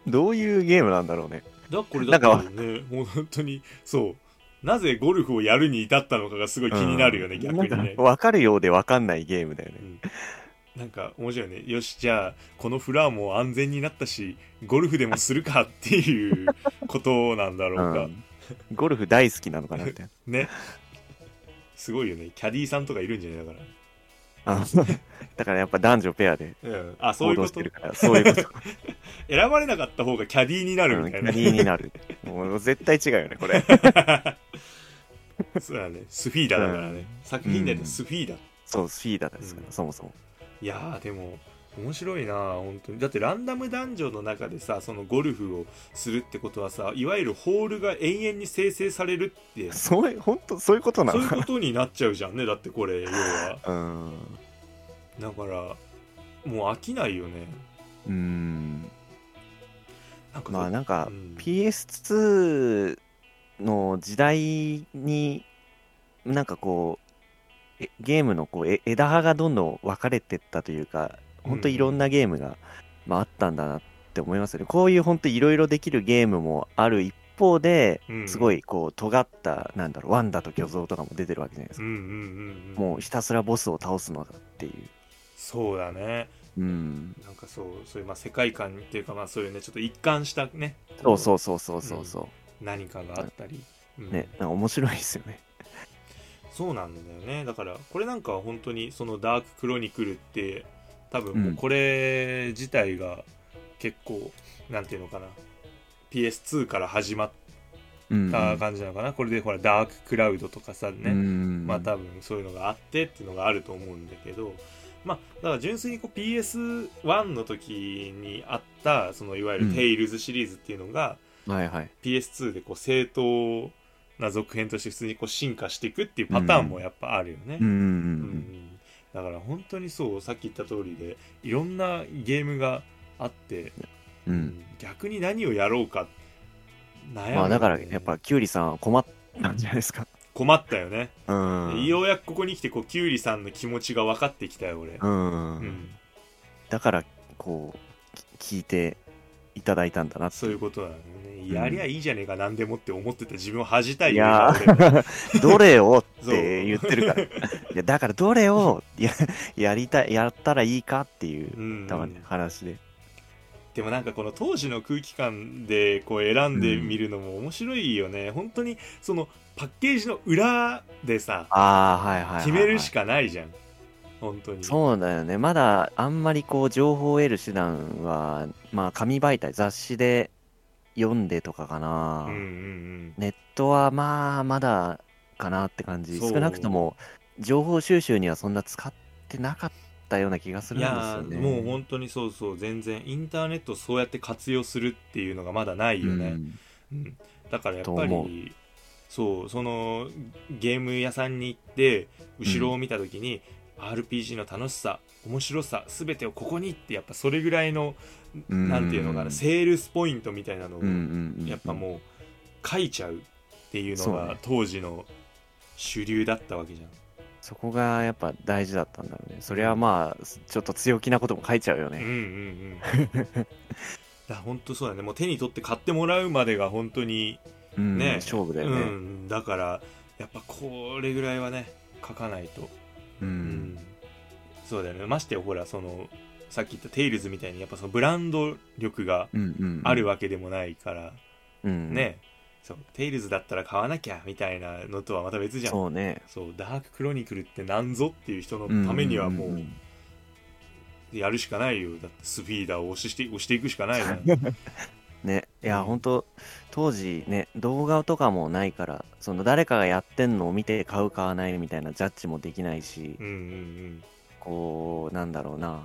B: どういうゲームなんだろうね
A: だこれだ
B: だから
A: ってねもう本当にそうなぜゴルフをやるに至ったのかがすごい気になるよね、
B: うん
A: 逆に
B: なん
A: ね
B: か分かるようで分かんないゲームだよね
A: うんなんか面白いねよしじゃあこのフロアも安全になったしゴルフでもするかっていうことなんだろうか、
B: うんゴルフ大好きなのかな みたい
A: ねすごいよねキャディーさんとかいるんじゃないだか
B: なあの だからやっぱ男女ペアで
A: ら、うん、あそうい
B: 行
A: うこ
B: 動し
A: と
B: てるからそういうこと
A: 選ばれなかった方がキャディーになる
B: う
A: み
B: ん
A: た
B: 気
A: いな、
B: になるもう絶対違うよね これ
A: そうだねスフィーダだからね、
B: うん
A: 作品内でスフィーダ、
B: そうスフィーダですから、
A: うん
B: そもそも
A: いやーでも面白いな本当にだってランダムダンジョンの中でさそのゴルフをするってことはさいわゆるホールが永遠に生成されるって
B: そういう本当そういうことな
A: そうい
B: の
A: う
B: か
A: ことになっちゃうじゃんねだってこれ要は
B: うん
A: だからもう飽きないよね
B: うん
A: なんか
B: まあなんか
A: うん
B: PS2 の時代になんかこうえゲームのこうえ枝葉がどんどん分かれてったというか本当いろんなゲームが、まあ、あったんだなって思いますよねこういう本当いろいろできるゲームもある一方で
A: うん
B: すごいこう尖ったなんだろうワンダと巨像とかも出てるわけじゃないです
A: う
B: か
A: んうんうんうん
B: もうひたすらボスを倒すのだっていう
A: そうだね
B: うん
A: なんかそうそういうまあ世界観っていうかまあそういうねちょっと一貫したね
B: そうそうそうそうそうそ
A: 何かがあったり、うん
B: うねなんか面白いですよね
A: そうなんだよねだからこれなんかは本当にそのダーククロニクルって多分もううんこれ自体が結構なんていうのかな PS2 から始まっ
B: うん
A: た感じなのかな、これでほらダーククラウドとかさね、
B: うん
A: まあ多分そういうのがあってっていうのがあると思うんだけどまあだから純粋にこう PS1 の時にあったそのいわゆ
B: う
A: る「
B: ん
A: テイルズ」シリーズっていうのが
B: はいはい
A: PS2 でこう正当な続編として普通にこう進化していくっていうパターンもやっぱあるよね。
B: うんうん
A: うんだから本当にそうさっき言った通りでいろんなゲームがあって、
B: うんうん
A: 逆に何をやろうか悩む、
B: まあだからやっぱキュウリさんは困ったんじゃないですか
A: 困ったよね、
B: うん
A: ようやくここに来てこうキュウリさんの気持ちが分かってきたよ俺。
B: うん
A: うん
B: だからこうき聞いていただいたんだなって
A: そういうことなの
B: うん
A: ね。やりゃいいじゃねえか、何でもって思ってた自分を恥じたい
B: い
A: よね
B: や
A: 俺は
B: ーどれをって言ってるからいやだからどれをややりたいやったらいいかっていううんたまに話で
A: でもなんかこの当時の空気感でこう選んでみるのも面白いよね。本当にそのパッケージの裏でさ、
B: ああはいはいはいはい
A: 決めるしかないじゃん。本当に。
B: そうだよねまだあんまりこう情報を得る手段はまあ紙媒体雑誌で読んでとかかな、
A: うんうん
B: ネットはまあまだかなって感じ
A: そう
B: 少なくとも情報収集にはそんな使ってなかったような気がす
A: うん。
B: る
A: い
B: んです
A: や
B: よ
A: ー
B: ね
A: もう本当にそうそう全然インターネットをそうやって活用するっていうのがまだないよね、うん、だからやっ
B: と
A: ぱ
B: 思う
A: りそうそのゲーム屋さんに行って後ろを見た時に、 RPG の楽しさ面白さ全てをここにってやっぱそれぐらいの
B: うん
A: なんていうのかなセールスポイントみたいなのを
B: うんうんうん
A: やっぱもう書いちゃうっていうの
B: そう
A: が
B: ね
A: 当時の主流だったわけじゃん。
B: そこがやっぱ大事だったんだろうねそれはまあちょっと強気なことも書いちゃうよ
A: うん
B: ね、
A: うん うん。だ本当そうだねもう手に取って買ってもらうまでが本当に、
B: うん
A: ね
B: 勝負だよ
A: う
B: ね、
A: んだからやっぱこれぐらいはね書かないと、
B: うん
A: うんそうだよねましてやほらそのさっき言った「テイルズ」みたいにやっぱそのブランド力が
B: うんうん
A: あるわけでもないから、
B: うん、
A: ねそう「テイルズ」だったら買わなきゃみたいなのとはまた別じゃん
B: そうね
A: そうダーククロニクルってなんぞっていう人のためにはも
B: んん
A: うんやるしかないよだってスピーダーを押しして押していくしかないな
B: ねいや、
A: うん
B: 本当当時ね動画とかもないからその誰かがやってんのを見て買う買わないみたいなジャッジもできないし、
A: うんうん
B: こうなんだろうな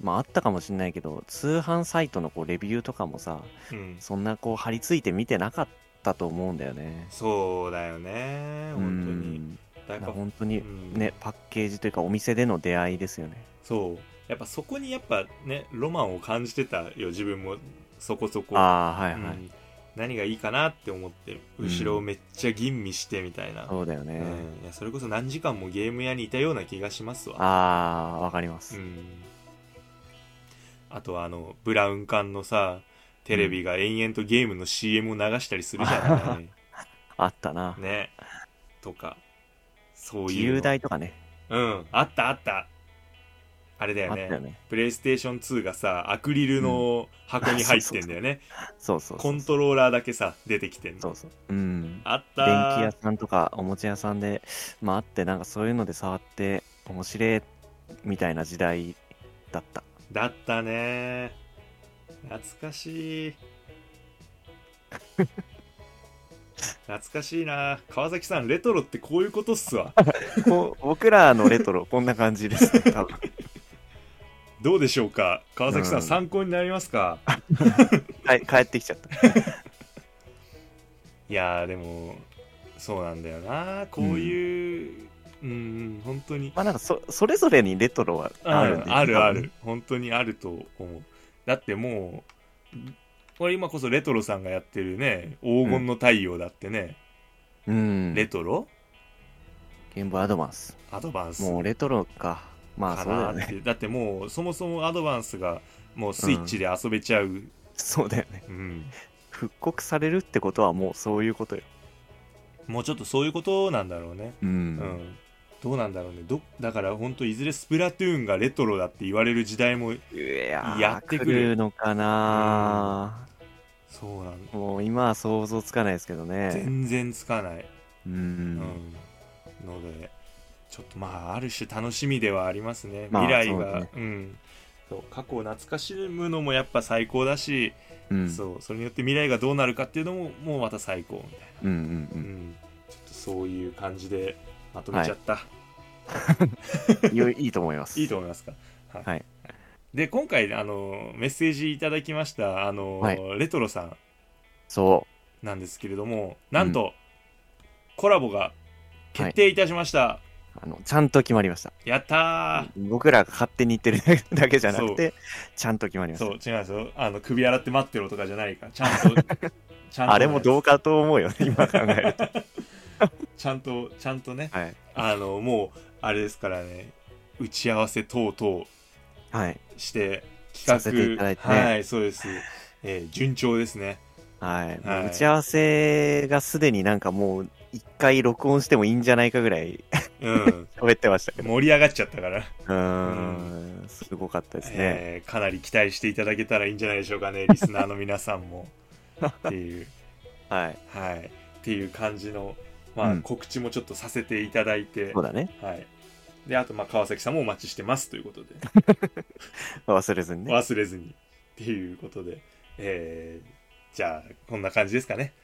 B: まああったかもしんないけど通販サイトのこうレビューとかもさ
A: うんうん
B: そんなこう張り付いて見てなかったと思うんだよね
A: そうだよね本当にだ
B: うん
A: か
B: だからら本当に
A: うん
B: ね、パッケージというかお店での出会いですよね
A: そうやっぱそこにやっぱねロマンを感じてたよ自分もそこそこ
B: ああはいはい、
A: うん何がいいかなって思って後ろをめっちゃ吟味してみたいな、
B: そうだよ
A: う
B: ね、
A: んいやそれこそ何時間もゲーム屋にいたような気がしますわ
B: ああわかり
A: う
B: ます、
A: んあとはあのブラウン管のさテレビが延々とゲームの CM を流したりするじゃない、
B: あったな、
A: ねとかそう
B: 自
A: いう
B: 由
A: の
B: 台とかね
A: うんあったあったあれだ
B: あ
A: よ
B: った
A: ね
B: よね
A: プレイステーション2がさアクリルの箱に入ってんだよね、
B: そうそうそ
A: コ
B: う
A: ントローラーだけさ出てきてん
B: そ
A: の
B: うそううん
A: あった
B: 電
A: ー
B: 気屋さんとかおもちゃ屋さんで、まあ、あってなんかそういうので触って面白いみたいな時代 だった
A: だったね懐かしい懐かしいな川崎さんレトロってこういうことっすわ
B: こう僕らのレトロこんな感じです ね多分
A: どうでしょうか川崎さん、
B: うん
A: 参考になりますか
B: はい帰ってきちゃった
A: いやーでもそうなんだよなこういううんん本当に
B: まあなんかそそれぞれにレトロはあるんで
A: あるある本当にあると思うだってもうこれ今こそレトロさんがやってるね黄金の太陽だってね、
B: うん
A: レ
B: ゲ
A: トロ
B: ームボーイアドバンス
A: アドバンス
B: もうレトロかまあ
A: か
B: そうだ
A: な
B: よ
A: っ
B: ね
A: てだってもうそもそもアドバンスがもうスイッチで遊べちゃう、うん
B: そうだよね復刻されるってことはもうそういうことよ
A: もうちょっとそういうことなんだろうね、
B: う
A: うん
B: ん、
A: どうなんだろうねどだから本当いずれスプラトゥーンがレトロだって言われる時代も
B: いやー
A: やってくる
B: 来るのかな、
A: そうなん
B: もう今は想像つかないですけどね
A: 全然つかない、
B: う
A: うん
B: ん
A: のでちょっとまあある種楽しみではありますね、
B: まあ
A: 未来
B: そう
A: が
B: だ
A: う,、
B: ね
A: んそう過去を懐かしむのもやっぱ最高だし、
B: うん
A: そうそれによって未来がどうなるかっていうのももうまた最高みたいな
B: うんうんうん
A: うん、ちょっとそういう感じでまとめちゃった、
B: よいいと思います。
A: い、いと思いますか、はい
B: はい
A: で今回あのメッセージいただきましたあの、
B: はい
A: レトロさん
B: そ
A: なんですけれどもなんと、コラボが決定いたしました、
B: うあの。ちゃんと決まりました。
A: やったー
B: 僕らが勝手に言ってるだけじゃ なくて、ちゃんと決まりまし
A: そ
B: た。
A: う違うんですよあの首洗って待ってろとかじゃないからちゃん とちゃんと
B: あれもどうかと思 うよね、今考えると。
A: ちゃんとちゃんとね
B: はい。
A: あのもうあれですからね打ち合わせ等々
B: はい。
A: して
B: させて
A: 企
B: いた
A: 画
B: だいてね
A: はいそうです、えー順調ですね
B: はい。
A: はい
B: 打ち合わせがすでになんかもう、一回録音してもいいんじゃないかぐらい
A: うん
B: 喋ってましたけど。
A: 盛り上がっちゃったから、
B: うーん、すごかったですね。
A: えーかなり期待していただけたらいいんじゃないでしょう かねリスナーの皆さんもっていう
B: はい。
A: はいっていう感じのまあ、
B: うん
A: 告知もちょっとさせていただいて
B: そうだね。
A: はいであとまあ川崎さんもお待ちしてますということで
B: 忘れずにね。
A: 忘れずにっていうことでえーじゃあこんな感じですかね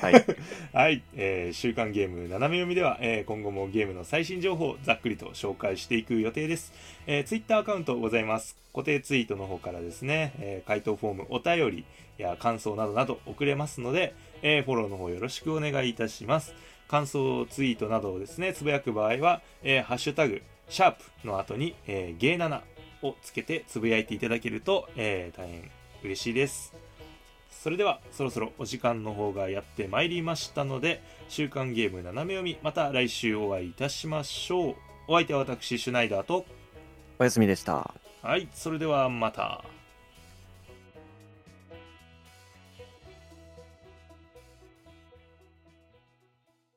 B: はい。
A: はい、えー週刊ゲーム斜め読みでは、えー今後もゲームの最新情報をざっくりと紹介していく予定です、えー、ツイッターアカウントございます固定ツイートの方からですね、えー回答フォームお便りや感想などなど送れますので、えーフォローの方よろしくお願いいたします感想ツイートなどをですねつぶやく場合は、えーハッシュタグシャープの後に、えー、ゲイ7をつけてつぶやいていただけると、えー大変嬉しいです。それでは、そろそろお時間の方がやってまいりましたので、週刊ゲーム斜め読み、また来週お会いいたしましょう。お相手は私、シュナイダーと、
E: おやすみでした。
A: はい、それではまた。